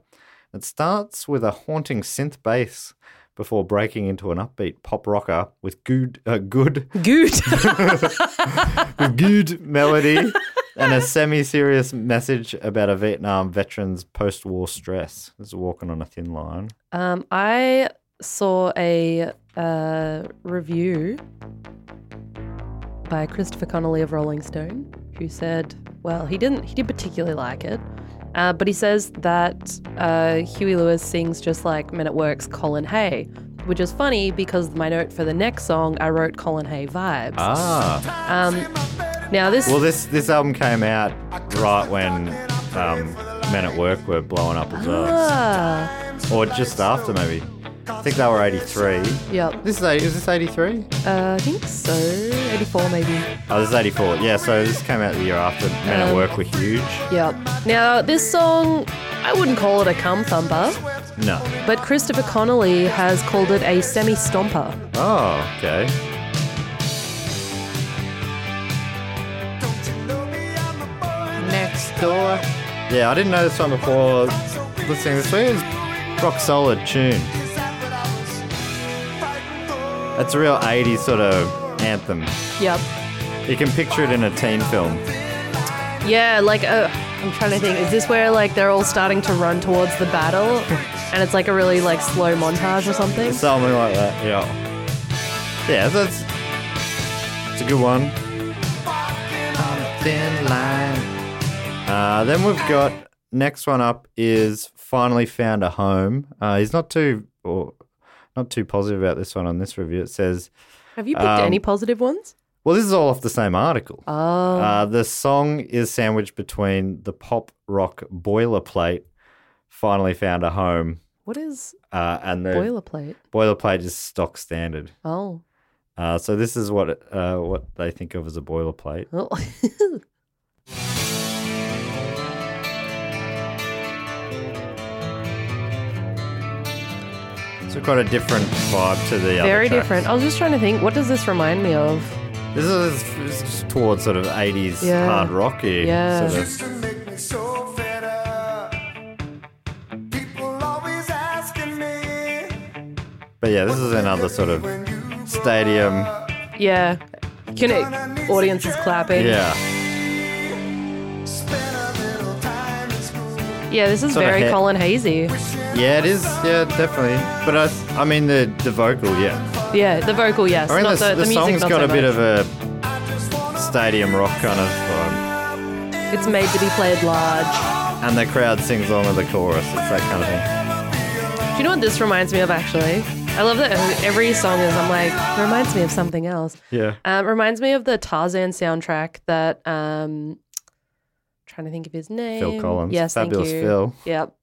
It starts with a haunting synth bass before breaking into an upbeat pop rocker with good, uh, good, Good. with good melody and a semi-serious message about a Vietnam veteran's post-war stress. This is "Walking on a Thin Line." Um, I saw a uh, review by Christopher Connolly of Rolling Stone, who said, well, he didn't, he didn't particularly like it, uh, but he says that uh, Huey Lewis sings just like Men at Work's Colin Hay, which is funny because my note for the next song I wrote Colin Hay vibes. Ah. Um, now this, Well, this this album came out right when um, Men at Work were blowing up as well, ah, or just after maybe. I think they were eighty three. yep, This is 80, is this eighty three? uh, I think so, eighty-four maybe. Oh, this is eighty four. Yeah, so this came out the year after Men at Um, Work were huge. Yep. Now, this song, I wouldn't call it a cum thumper, No. but Christopher Connolly has called it a semi stomper. Oh, okay. Next door. Yeah, I didn't know this one before listening this week. It's rock solid tune. It's a real 80s sort of anthem. Yep. You can picture it in a teen film. Yeah, like uh, I'm trying to think. Is this where like they're all starting to run towards the battle, and it's like a really like slow montage or something? Something like that, yeah. Yeah, that's it's a good one. Uh, then we've got next one up is finally found a home. Uh, he's not too or not too positive about this one on this review. It says, Have you picked um, any positive ones? "Well, this is all off the same article." Oh. Uh, the song is sandwiched between the pop rock boilerplate, "Finally Found a Home," What is uh, and the boilerplate? boilerplate is stock standard. Oh, Uh, so this is what uh, what they think of as a boilerplate. oh. So quite a different vibe to the other very tracks. different. I was just trying to think. What does this remind me of? This is, this is towards sort of eighties Yeah. hard rocky. Yeah. Sort of. But yeah, this is another sort of stadium. Yeah, can it? Audience is clapping. Yeah, Yeah, this is Sort of very hit. Colin Hazy. yeah, it is. Yeah, definitely. But I, I mean the the vocal, yeah. Yeah, the vocal, yes. I mean not the, the, the, music, song's not got so a bit much. of a stadium rock kind of vibe, It's made to be played large. and the crowd sings along with the chorus. It's that kind of thing. Do you know what this reminds me of? Actually, I love that every song is. I'm like, it reminds me of something else. Yeah. Um, reminds me of the Tarzan soundtrack that um trying to think of his name. Collins. Yes, Fabulous thank you. Phil. Yep.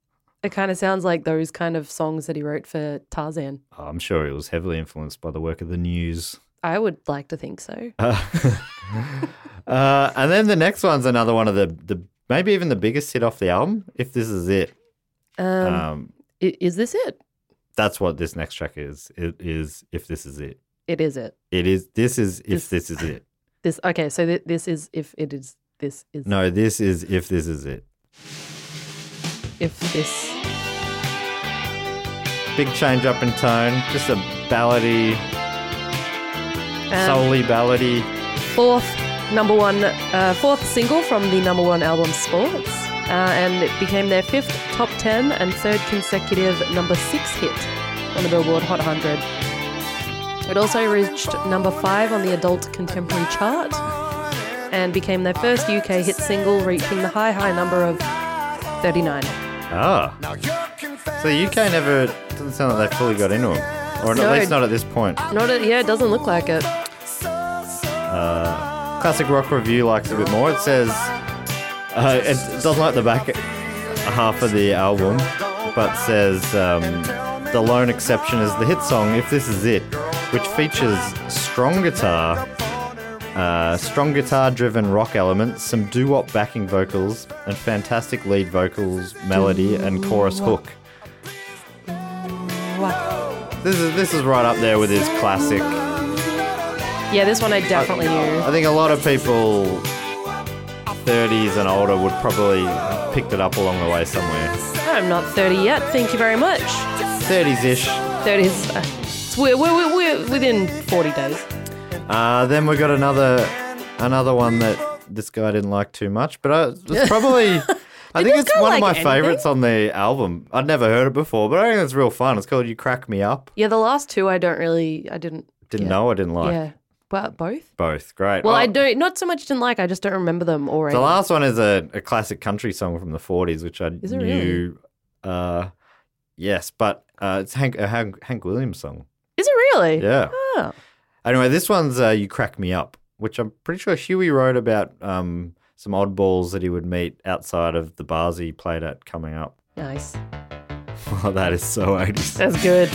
It kind of sounds like those kind of songs that he wrote for Tarzan. I'm sure it was heavily influenced by the work of the news. I would like to think so. Uh, and then the next one's another one of the, the maybe even the biggest hit off the album, if this is it. Um, Um, i- is this it? that's what this next track is. It is if this is it. It is it. It is this is if This- this, is it. This okay. So th- this is if it is this is No, this is if this is it. if this Big change up in tone, just a ballady, um, solely ballady. fourth number one uh, fourth single from the number one album Sports, uh, and it became their fifth top ten and third consecutive number six hit on the Billboard Hot 100. It also reached number five on the adult contemporary chart and became their first UK hit single, reaching the high high number of 39. Ah. So the UK never doesn't sound like they fully got into them, or No. at least not at this point. Not a, yeah, it doesn't look like it. Classic Rock Review likes a bit more. It says uh, it doesn't like the back half of the album, but says um, the lone exception is the hit song "If This Is It," which features strong guitar, uh, strong guitar-driven rock elements, some doo-wop backing vocals, and fantastic lead vocals, melody, and chorus hook. This is this is right up there with his classic. Yeah, this one I definitely knew. I think a lot of people 30s and older would probably have picked it up along the way somewhere. I'm not 30 yet. Thank you very much. 30s ish. 30s. Uh, it's- we're, we're, we're within 40 days. Uh, then we got another another one that this guy didn't like too much, but uh, it's probably. I think this it's guy one of like my anything? favorites on the album. I'd never heard it before, but I think it's real fun. It's called "You Crack Me Up." Yeah, the last two I don't really, I didn't. Didn't get. know I didn't like Yeah, but both. both. Great. Well, Oh, I don't. Not so much didn't like. I just don't remember them already. The last one is a, a classic country song from the 40s, which I Is it knew. Uh, yes, but uh, it's Hank, a Hank, Hank Williams song. Is it really? Yeah. Oh. Anyway, this one's uh, You Crack Me Up, which I'm pretty sure Huey wrote about um, some oddballs that he would meet outside of the bars he played at coming up. Nice. Wow, that is so 80s. That's good.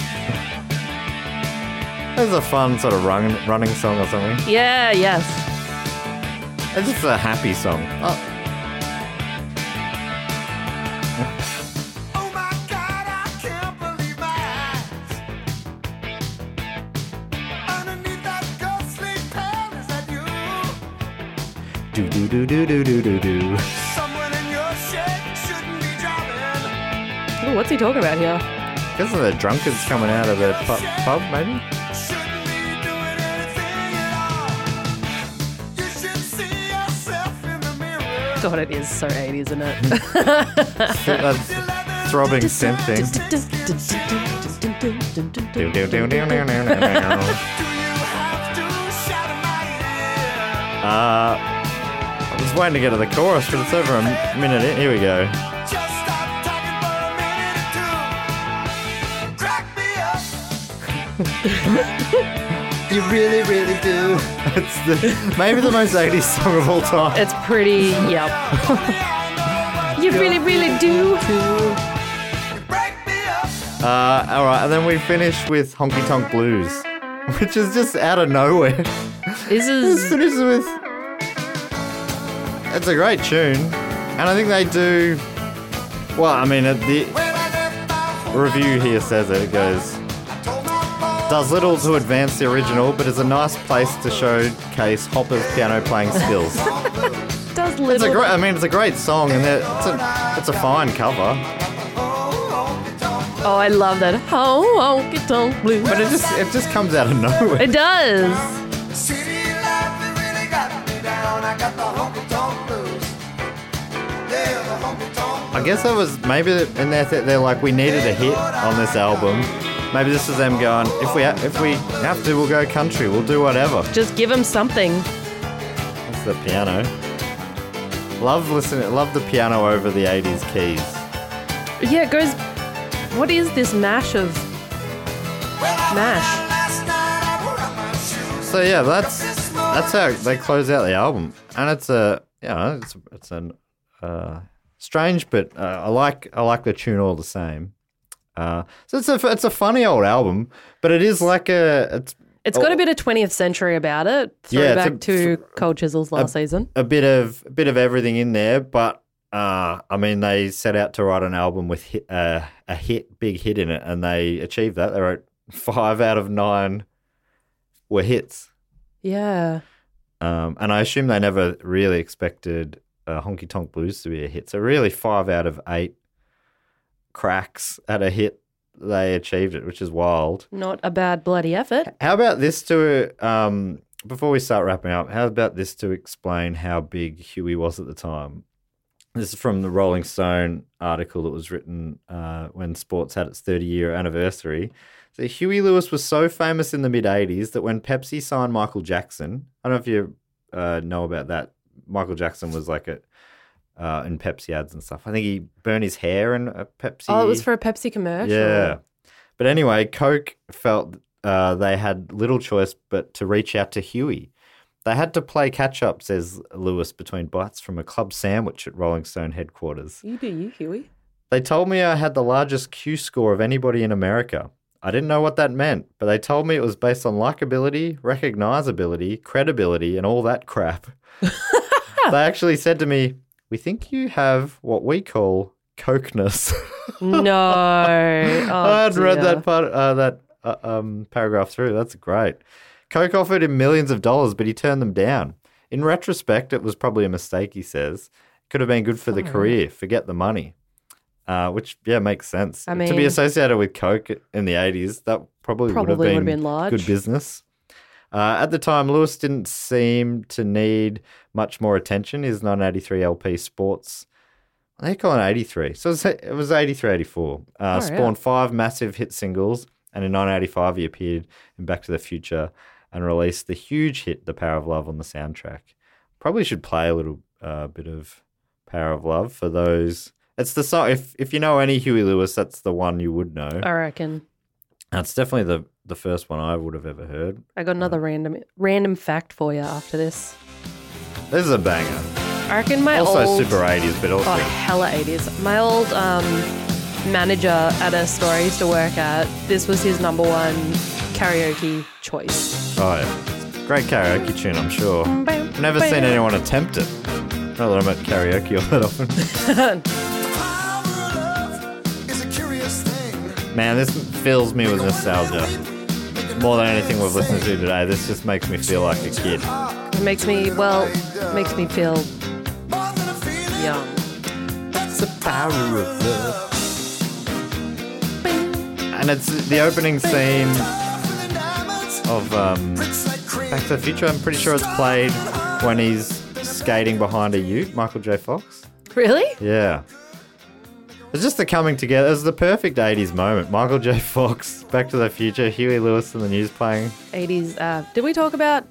That's a fun sort of run, running song or something. Yeah. Yes. It's just a happy song. Oh. Do, do, do, do, do, do, do, do. Ooh, what's he talking about here? Isn't the drunkards coming out of their pub, pub maybe? Shouldn't be doing anything at all. You should God, it is so 80s, isn't it? That throbbing synth thing. Do, do, do, do, do, do, do, do. Uh, I was waiting to get to the chorus, but it's over a minute in. Here we go. You really, really do. It's the, maybe the most 80s song of all time. It's pretty, yep. you really, really do. Uh, all right, and then we finish with Honky Tonk Blues, which is just out of nowhere. This This is, finishes with. It's a great tune, and I think they do. Well, I mean, it- the review here says it, it goes. Does little to advance the original, but is a nice place to showcase Hopper's piano playing skills. does It's a little. great. I mean, it's a great song, and it- it's a it's a fine cover. oh, I love that. Oh, honky tonk blue. But it just it just comes out of nowhere. It does. I guess that was maybe in their th- they're like we needed a hit on this album. Maybe this is them going if we ha- if we have to we'll go country we'll do whatever. Just give him something. That's the piano. Love listening. Love the piano over the '80s keys. Yeah, it goes. What is this mash of mash? So yeah, that's that's how they close out the album, and it's a yeah it's it's an uh, strange but uh, I like I like the tune all the same. Uh, so it's a it's a funny old album, but it is like a it's It's got a bit of 20th century about it. Oh. Yeah, it's Throwback a- to Cold Chisels last season. a bit of a bit of everything in there, but uh, I mean, they set out to write an album with hit, uh, a hit, big hit in it, and they achieved that. They wrote five out of nine were hits, Yeah. um, and I assume they never really expected uh, "Honky Tonk Blues" to be a hit. So really, five out of eight cracks at a hit, they achieved it, which is wild. Not a bad bloody effort. How about this to um before we start wrapping up? How about this to explain how big Huey was at the time? This is from the Rolling Stone article that was written uh, when sports had its 30 year anniversary. So Huey Lewis was so famous in the mid 80s that when Pepsi signed Michael Jackson, I don't know if you uh, know about that. Michael Jackson was like a uh, in Pepsi ads and stuff. I think he burned his hair in a Pepsi. Oh, it was for a Pepsi commercial. Yeah. But anyway, Coke felt uh, they had little choice but to reach out to Huey. They had to play catch up, says Lewis between bites from a club sandwich at Rolling Stone headquarters. You do you, Huey. They told me I had the largest Q score of anybody in America. I didn't know what that meant, but they told me it was based on likability, recognizability, credibility, and all that crap. they actually said to me, We think you have what we call Cokeness. No. Oh, I I'd had read that part, uh, that uh, um, paragraph through. That's great. Coke offered him millions of dollars, but he turned them down. In retrospect, it was probably a mistake. He says could have been good for the Hmm. career. Forget the money, uh, which yeah makes sense. I to mean- be associated with Coke in the eighties, that probably, Probably would would've have been, been large. good business. Uh, at the time, Lewis didn't seem to need much more attention. His 1983 LP Sports they call it 83. So it was, it was 83, 84. Uh, Oh, yeah. spawned five massive hit singles, and in 1985, he appeared in Back to the Future and released the huge hit, The Power of Love, on the soundtrack. Probably should play a little uh, bit of Power of Love for those. It's the song, if, if you know any Huey Lewis, that's the one you would know. I reckon. That's definitely the, the first one I would have ever heard. I got another random random fact for you after this. This is a banger. I reckon my Also old super 80s, but also. Oh, hella 80s. My old um, manager at a store I used to work at, this was his number one karaoke choice. Oh, yeah. Great karaoke tune, I'm sure. Never seen anyone attempt it. Not that I'm at karaoke all that often. Man, this fills me with nostalgia. More than anything we've listened to today, this just makes me feel like a kid. It makes me, well, makes me feel young. And it's the opening scene of um, Back to the Future. I'm pretty sure it's played when he's skating behind a ute, Michael J. Fox. Really? Yeah. It's just the coming together. It was the perfect 80s moment. Michael J. Fox, Back to the Future, Huey Lewis and the News playing. 80s. Uh, did we talk about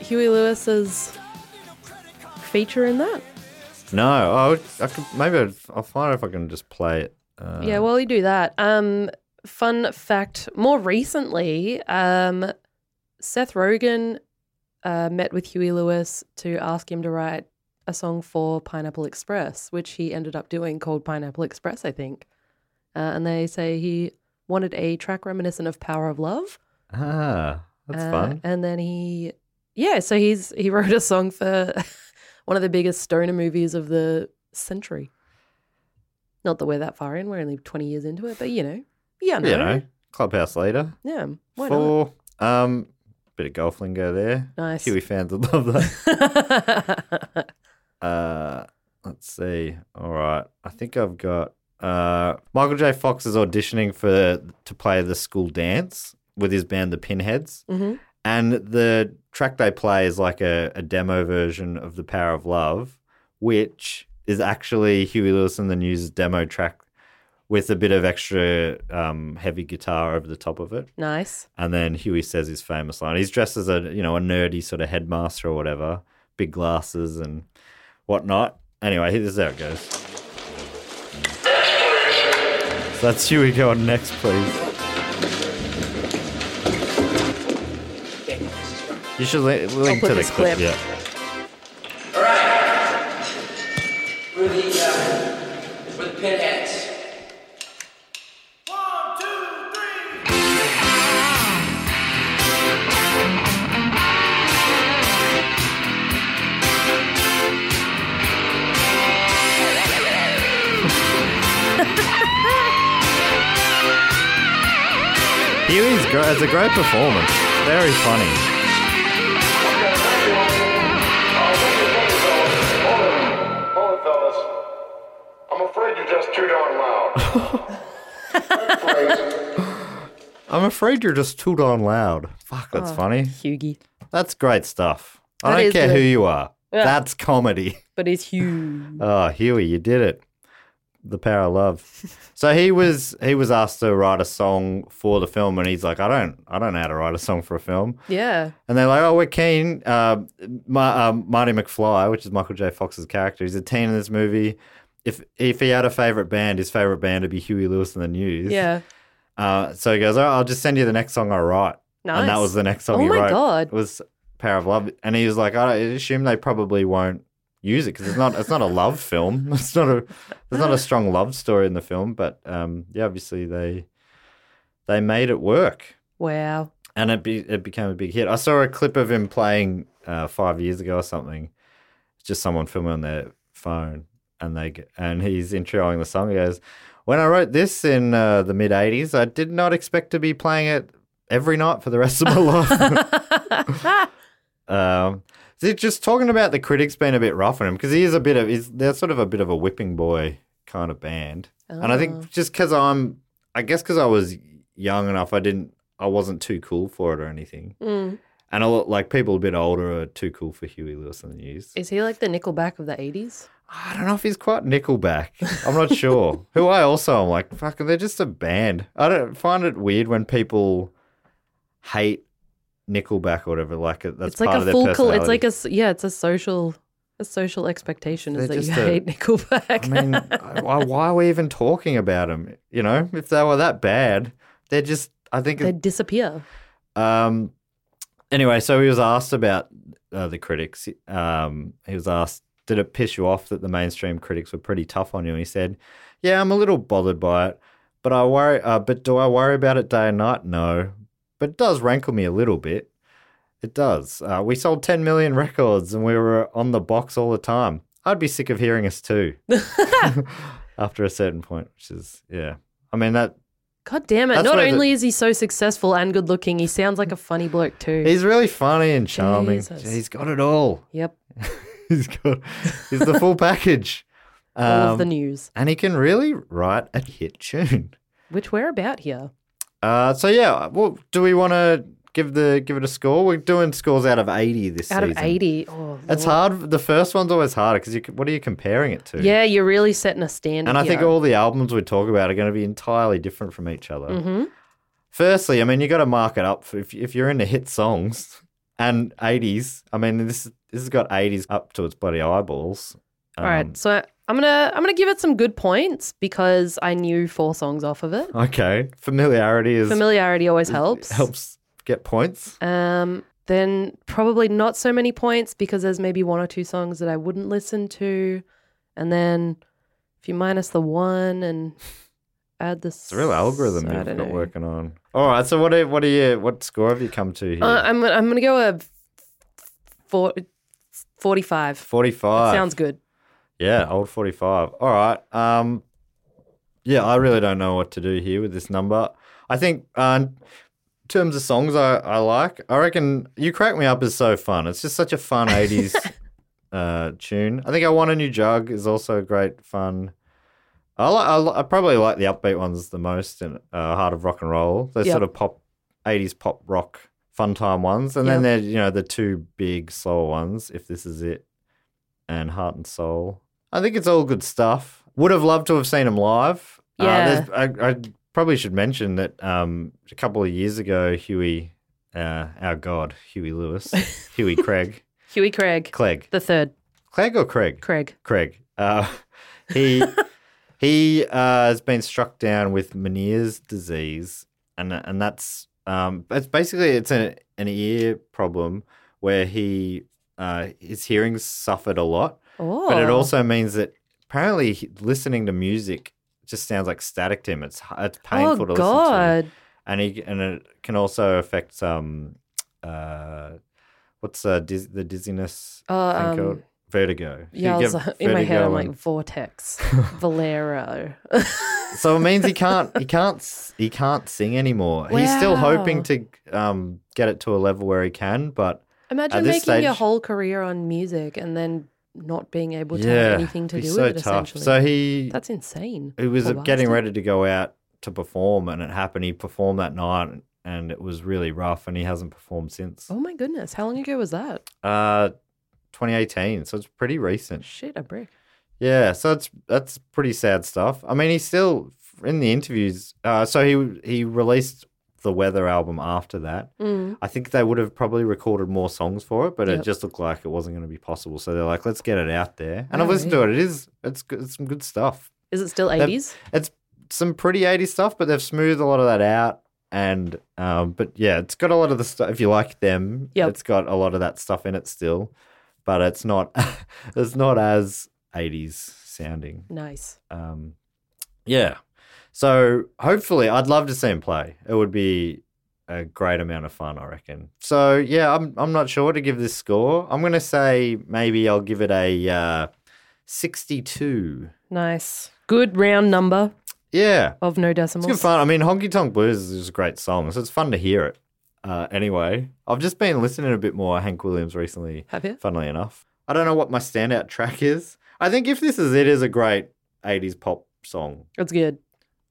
Huey Lewis's feature in that? No, I, would, I could, maybe I'd, I'll find out if I can just play it. Uh, yeah, while you do that, um, fun fact more recently, um, Seth Rogen uh, met with Huey Lewis to ask him to write a song for Pineapple Express, which he ended up doing called Pineapple Express, I think. Uh, and they say he wanted a track reminiscent of Power of Love. Ah, that's Uh, fun. And then he, yeah, so he's he wrote a song for one of the biggest stoner movies of the century. Not that we're that far in; we're only twenty years into it, but you know, yeah, no, You know, clubhouse leader. yeah, why not? Four. Um, bit of golf lingo there. Nice. Huey fans would love that. Uh, let's see. All right. I think I've got uh, Michael J. Fox is auditioning for to play the school dance with his band, the Pinheads, Mhm. and the track they play is like a, a demo version of "The Power of Love," which is actually Huey Lewis and the News' demo track with a bit of extra um, heavy guitar over the top of it. nice. And then Huey says his famous line. He's dressed as a you know a nerdy sort of headmaster or whatever, big glasses and whatnot. Anyway, here- this is how it goes. So that's Huey going next, please. You should li- link put to the this clip. clip. Yeah, All right. We're the, uh, we're the pinheads. Huey's gr- it's a great performance. Very funny. Hold it, fellas. I'm afraid you're just too darn loud. I'm afraid you're just too darn loud. Fuck, that's funny. Hughie, That's great stuff. I Oh. That don't is care who good. you are. That's comedy. but he's huge. Oh, Huey, you did it. The power of love. so he was he was asked to write a song for the film, and he's like, I don't I don't know how to write a song for a film. Yeah, And they're like, Oh, we're keen. Uh, Ma- uh, Marty McFly, which is Michael J. Fox's character, he's a teen in this movie. If if he had a favorite band, his favorite band would be Huey Lewis and the News. yeah. Uh, so he goes, oh, I'll just send you the next song I write. And that Nice. was the next song Oh he my wrote. God. Was Power of Love. And he was like, I assume they probably won't use it because it's not it's not a love film. It's not a there's not a strong love story in the film, but um, yeah, obviously they they made it work. Wow. And it be, it became a big hit. I saw a clip of him playing uh, five years ago or something. It's just someone filming on their phone, and they g- and he's introing the song. He goes, "When I wrote this in uh, the mid '80s, I did not expect to be playing it every night for the rest of my life." um, so just talking about the critics being a bit rough on him because he is a bit of is they're sort of a bit of a whipping boy kind of band, and I think just because I'm, I guess because I was young enough, I didn't, I wasn't too cool for it or anything. Mm. And a lot, like people a bit older are too cool for Huey Lewis and the News. Is he like the Nickelback of the eighties? I don't know if he's quite Nickelback. I'm not sure. Who I also am like, fuck, they're just a band. I don't find it weird when people hate Nickelback or whatever. Like it- that's It's like part a of full. their Col- personality. it's like a s- yeah. It's a social. A social expectation is They're that you just a- hate Nickelback. I mean, why, why are we even talking about them? You know, if they were that bad, they're just. I think they disappear. Um, anyway, so he was asked about uh, the critics. Um, he was asked, "Did it piss you off that the mainstream critics were pretty tough on you?" And he said, "Yeah, I'm a little bothered by it, but I worry. Uh, but do I worry about it day and night? No, but it does rankle me a little bit. It does. Uh, we sold 10 million records, and we were on the box all the time. I'd be sick of hearing us too." After a certain point, which is yeah, I mean that God damn it. That's Not why the- only is he so successful and good looking, he sounds like a funny bloke too. he's really funny and charming. Jesus. He's got it all. yep. he's got he's the full package. All of the Um, news. and he can really write a hit tune. Which we're about here. Uh, so yeah, well, do we want to Give the give it a score. We're doing scores out of eighty this Out season. of 80. Oh, It's Lord. hard. The first one's always harder because what are you comparing it to? Yeah, you're really setting a standard. And I think here. all the albums we talk about are going to be entirely different from each other. Mm-hmm. Firstly, I mean, you got to mark it up for if, if you're into hit songs and 80s. I mean, this this has got 80s up to its bloody eyeballs. All right, so I'm gonna I'm gonna give it some good points because I knew four songs off of it. Okay. Familiarity is Familiarity always helps. helps get points. Um, then probably not so many points because there's maybe one or two songs that I wouldn't listen to, and then if you minus the one and add the It's a real algorithm I you've don't got know. working on. All right. So what are, what are you what score have you come to here? Uh, I'm I'm gonna go a four, 45. 45. Sounds good. Yeah, old 45. All right. Um, yeah, I really don't know what to do here with this number. I think uh, in terms of songs I, I like, I reckon You Crack Me Up is so fun. It's just such a fun 80s uh, tune. I think I Want a New Jug is also great fun. I, li- I, li- I probably like the upbeat ones the most in uh, Heart of Rock and Roll. Those Yep. sort of pop, 80s pop rock fun time ones. And then Yep. there's, you know, the two big soul ones, If This Is It and Heart and Soul. I think it's all good stuff. Would have loved to have seen him live. Uh, Yeah. there's- I, I probably should mention that um, a couple of years ago, Huey, uh, our God, Huey Lewis, Huey Craig, Huey Craig, Clegg, the third Clegg or Craig, Craig. Craig. Uh, he he uh, has been struck down with Meniere's disease, and and that's um, it's basically it's an an ear problem where he uh, his hearing suffered a lot. Oh, But it also means that apparently he- listening to music just sounds like static to him. It's h- it's painful oh to listen to, God. and he and it can also affect um uh what's uh dis- the dizziness Uh, thing called um, vertigo. You Yeah, I was, get uh, in my head, vertigo I'm like and- vortex, Valero. so it means he can't he can't s- he can't sing anymore. He's still hoping Wow. to um get it to a level where he can, but Imagine this making your stage- whole career on music and then not being able to yeah, have anything to he's do so with it. tough. Essentially, So he that's insane. He was Poor getting bastard. ready to go out to perform, and it happened. He performed that night, and it was really rough, and he hasn't performed since. Oh my goodness, how long ago was that? Uh, 2018, so it's pretty recent. Shit, a brick. Yeah, so it's that's pretty sad stuff. I mean, he's still in the interviews. Uh, so he he released the Weather album after that. Mm. I think they would have probably recorded more songs for it, but it Yep. just looked like it wasn't going to be possible. So they're like, let's get it out there. And Yeah, I've listened to it. It is it's good, it's some good stuff. Is it still They've- eighties? It's some pretty 80s stuff, but they've smoothed a lot of that out. And um, but yeah, it's got a lot of the stuff. If you like them, Yep. it's got a lot of that stuff in it still, but it's not it's not as 80s sounding. Nice. Um, yeah. So hopefully, I'd love to see him play. It would be a great amount of fun, I reckon. So yeah, I'm I'm not sure to give this score. I'm gonna say maybe I'll give it a uh, 62. Nice. Good round number Yeah. of no It's decimals. good fun. I mean, Honky Tonk Blues is just a great song, so it's fun to hear it. Uh, anyway, I've just been listening a bit more Hank Williams recently. Have you? Funnily enough, I don't know what my standout track is. I think if this is it, is a great '80s pop song. It's good.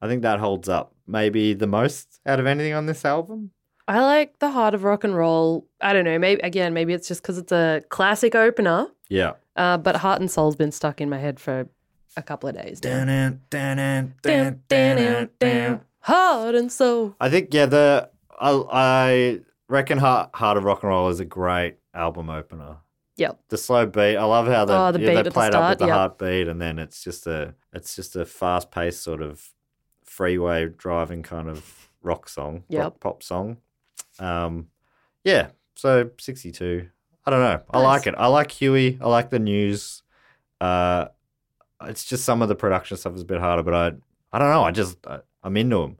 I think that holds up. Maybe the most out of anything on this album. I like the heart of rock and roll. I don't know. Maybe again, maybe it's just because it's a classic opener. Yeah. Uh, but Heart and Soul's been stuck in my head for a couple of days. now. Dun, dun, dun, dun. Heart and Soul. I think yeah the I, I reckon Heart, Heart of Rock and Roll is a great album opener. Yep. The slow beat. I love how they, Oh, the yeah, beat they at the play it up with start, the yeah. heartbeat, and then it's just a it's just a fast paced sort of freeway driving kind of rock song, rock Yep. pop song. Um, yeah. So sixty two. I don't know. I Nice. like it. I like Huey. I like the news. Uh, it's just some of the production stuff is a bit harder, but I I don't know. I just I, I'm into them.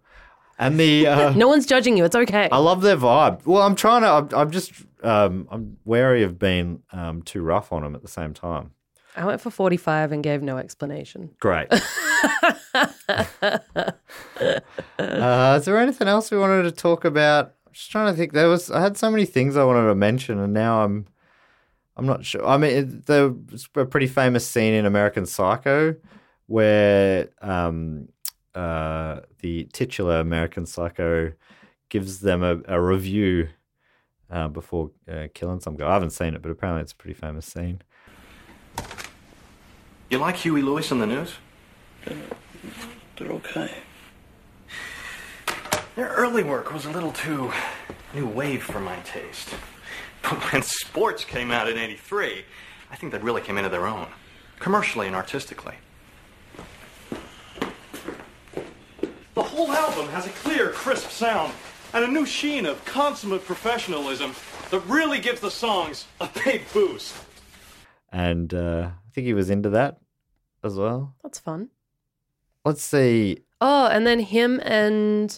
And the uh, No one's judging you. It's okay. I love their vibe. Well, I'm trying to. I'm, I'm just. Um, I'm wary of being um, too rough on them at the same time. I went for 45 and gave no explanation. Great. uh, is there anything else we wanted to talk about? I'm just trying to think. There was. I had so many things I wanted to mention, and now I'm. I'm not sure. I mean, it, there was a pretty famous scene in American Psycho where um, uh, the titular American Psycho gives them a, a review uh, before uh, killing some guy. I haven't seen it, but apparently it's a pretty famous scene. You like Huey Lewis on the news? Uh, They're okay. Their early work was a little too new wave for my taste. But when sports came out in 83, I think they really came into their own, commercially and artistically. The whole album has a clear, crisp sound and a new sheen of consummate professionalism that really gives the songs a big boost. And uh, I think he was into that as well. That's fun. Let's see. Oh, and then him and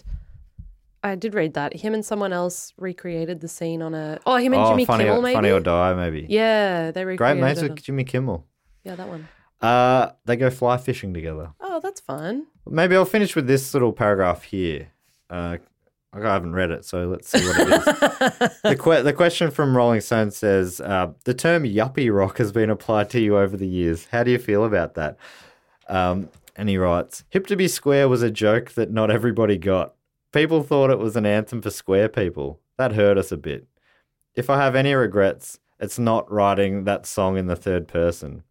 I did read that him and someone else recreated the scene on a. Oh, him and oh, Jimmy funny, Kimmel, or, maybe. funny or die, maybe. Yeah, they Great recreated. mates it with on- Jimmy Kimmel. Yeah, that one. Uh, they go fly fishing together. Oh, that's fun. Maybe I'll finish with this little paragraph here. Uh, I haven't read it, so let's see what it is. the, que- the question from Rolling Stone says uh, The term yuppie rock has been applied to you over the years. How do you feel about that? Um, and he writes Hip to be square was a joke that not everybody got. People thought it was an anthem for square people. That hurt us a bit. If I have any regrets, it's not writing that song in the third person.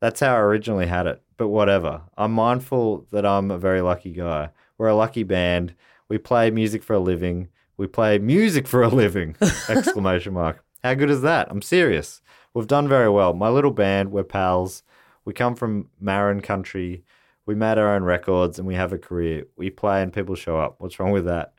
That's how I originally had it. But whatever. I'm mindful that I'm a very lucky guy. We're a lucky band. We play music for a living. We play music for a living! Exclamation mark. How good is that? I'm serious. We've done very well. My little band, we're pals. We come from Marin country. We made our own records and we have a career. We play and people show up. What's wrong with that?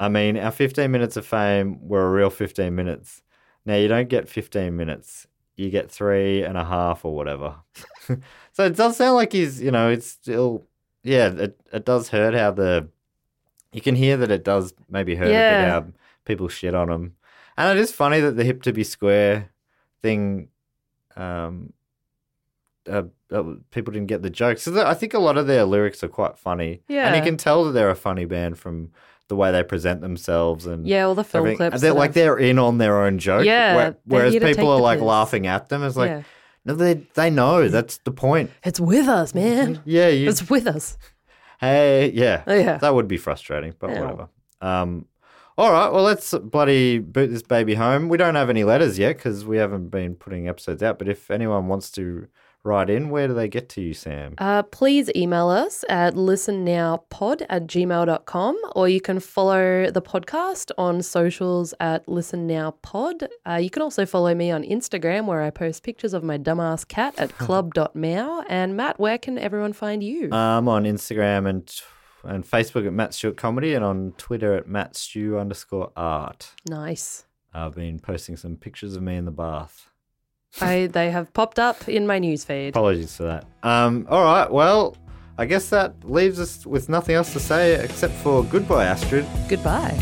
I mean, our 15 minutes of fame were a real 15 minutes. Now, you don't get 15 minutes, you get three and a half or whatever. so it does sound like he's, you know, it's still, yeah, it, it does hurt how the, you can hear that it does maybe hurt a Yeah. bit how people shit on him. And it is funny that the hip to be square thing, um, uh, uh, people didn't get the joke. So the, I think a lot of their lyrics are quite funny. And you Yeah. can tell that they're a funny band from the way they present themselves and Yeah, all the film everything. clips. They're that like I've- they're in on their own joke. Yeah, where- they're whereas here to take people are the like piss. laughing at them. It's like Yeah. no, they they know that's the point. It's with us, man. Yeah, you, It's with us. hey, yeah, Oh, yeah. that would be frustrating, but Yeah. whatever. Um, all right, well, let's bloody boot this baby home. We don't have any letters yet because we haven't been putting episodes out. But if anyone wants to write in, where do they get to you, Sam? Uh, please email us at listennowpod at gmail.com or you can follow the podcast on socials at listennowpod. Uh, you can also follow me on Instagram where I post pictures of my dumbass cat at club.meow. And Matt, where can everyone find you? I'm Um, on Instagram and t- and Facebook at Matt Stewart Comedy and on Twitter at Matt Stew underscore Art. nice. I've been posting some pictures of me in the bath. I, they have popped up in my newsfeed. Apologies for that. Um, all right, well, I guess that leaves us with nothing else to say except for goodbye, Astrid. Goodbye.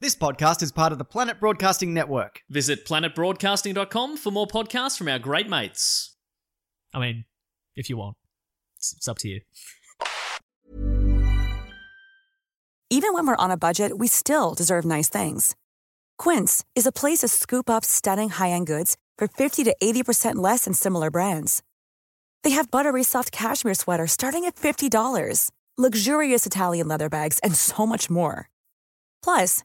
This podcast is part of the Planet Broadcasting Network. Visit planetbroadcasting.com for more podcasts from our great mates. I mean, if you want, it's, it's up to you. Even when we're on a budget, we still deserve nice things. Quince is a place to scoop up stunning high-end goods for 50 to 80% less than similar brands. They have buttery soft cashmere sweaters starting at $50, luxurious Italian leather bags, and so much more. Plus,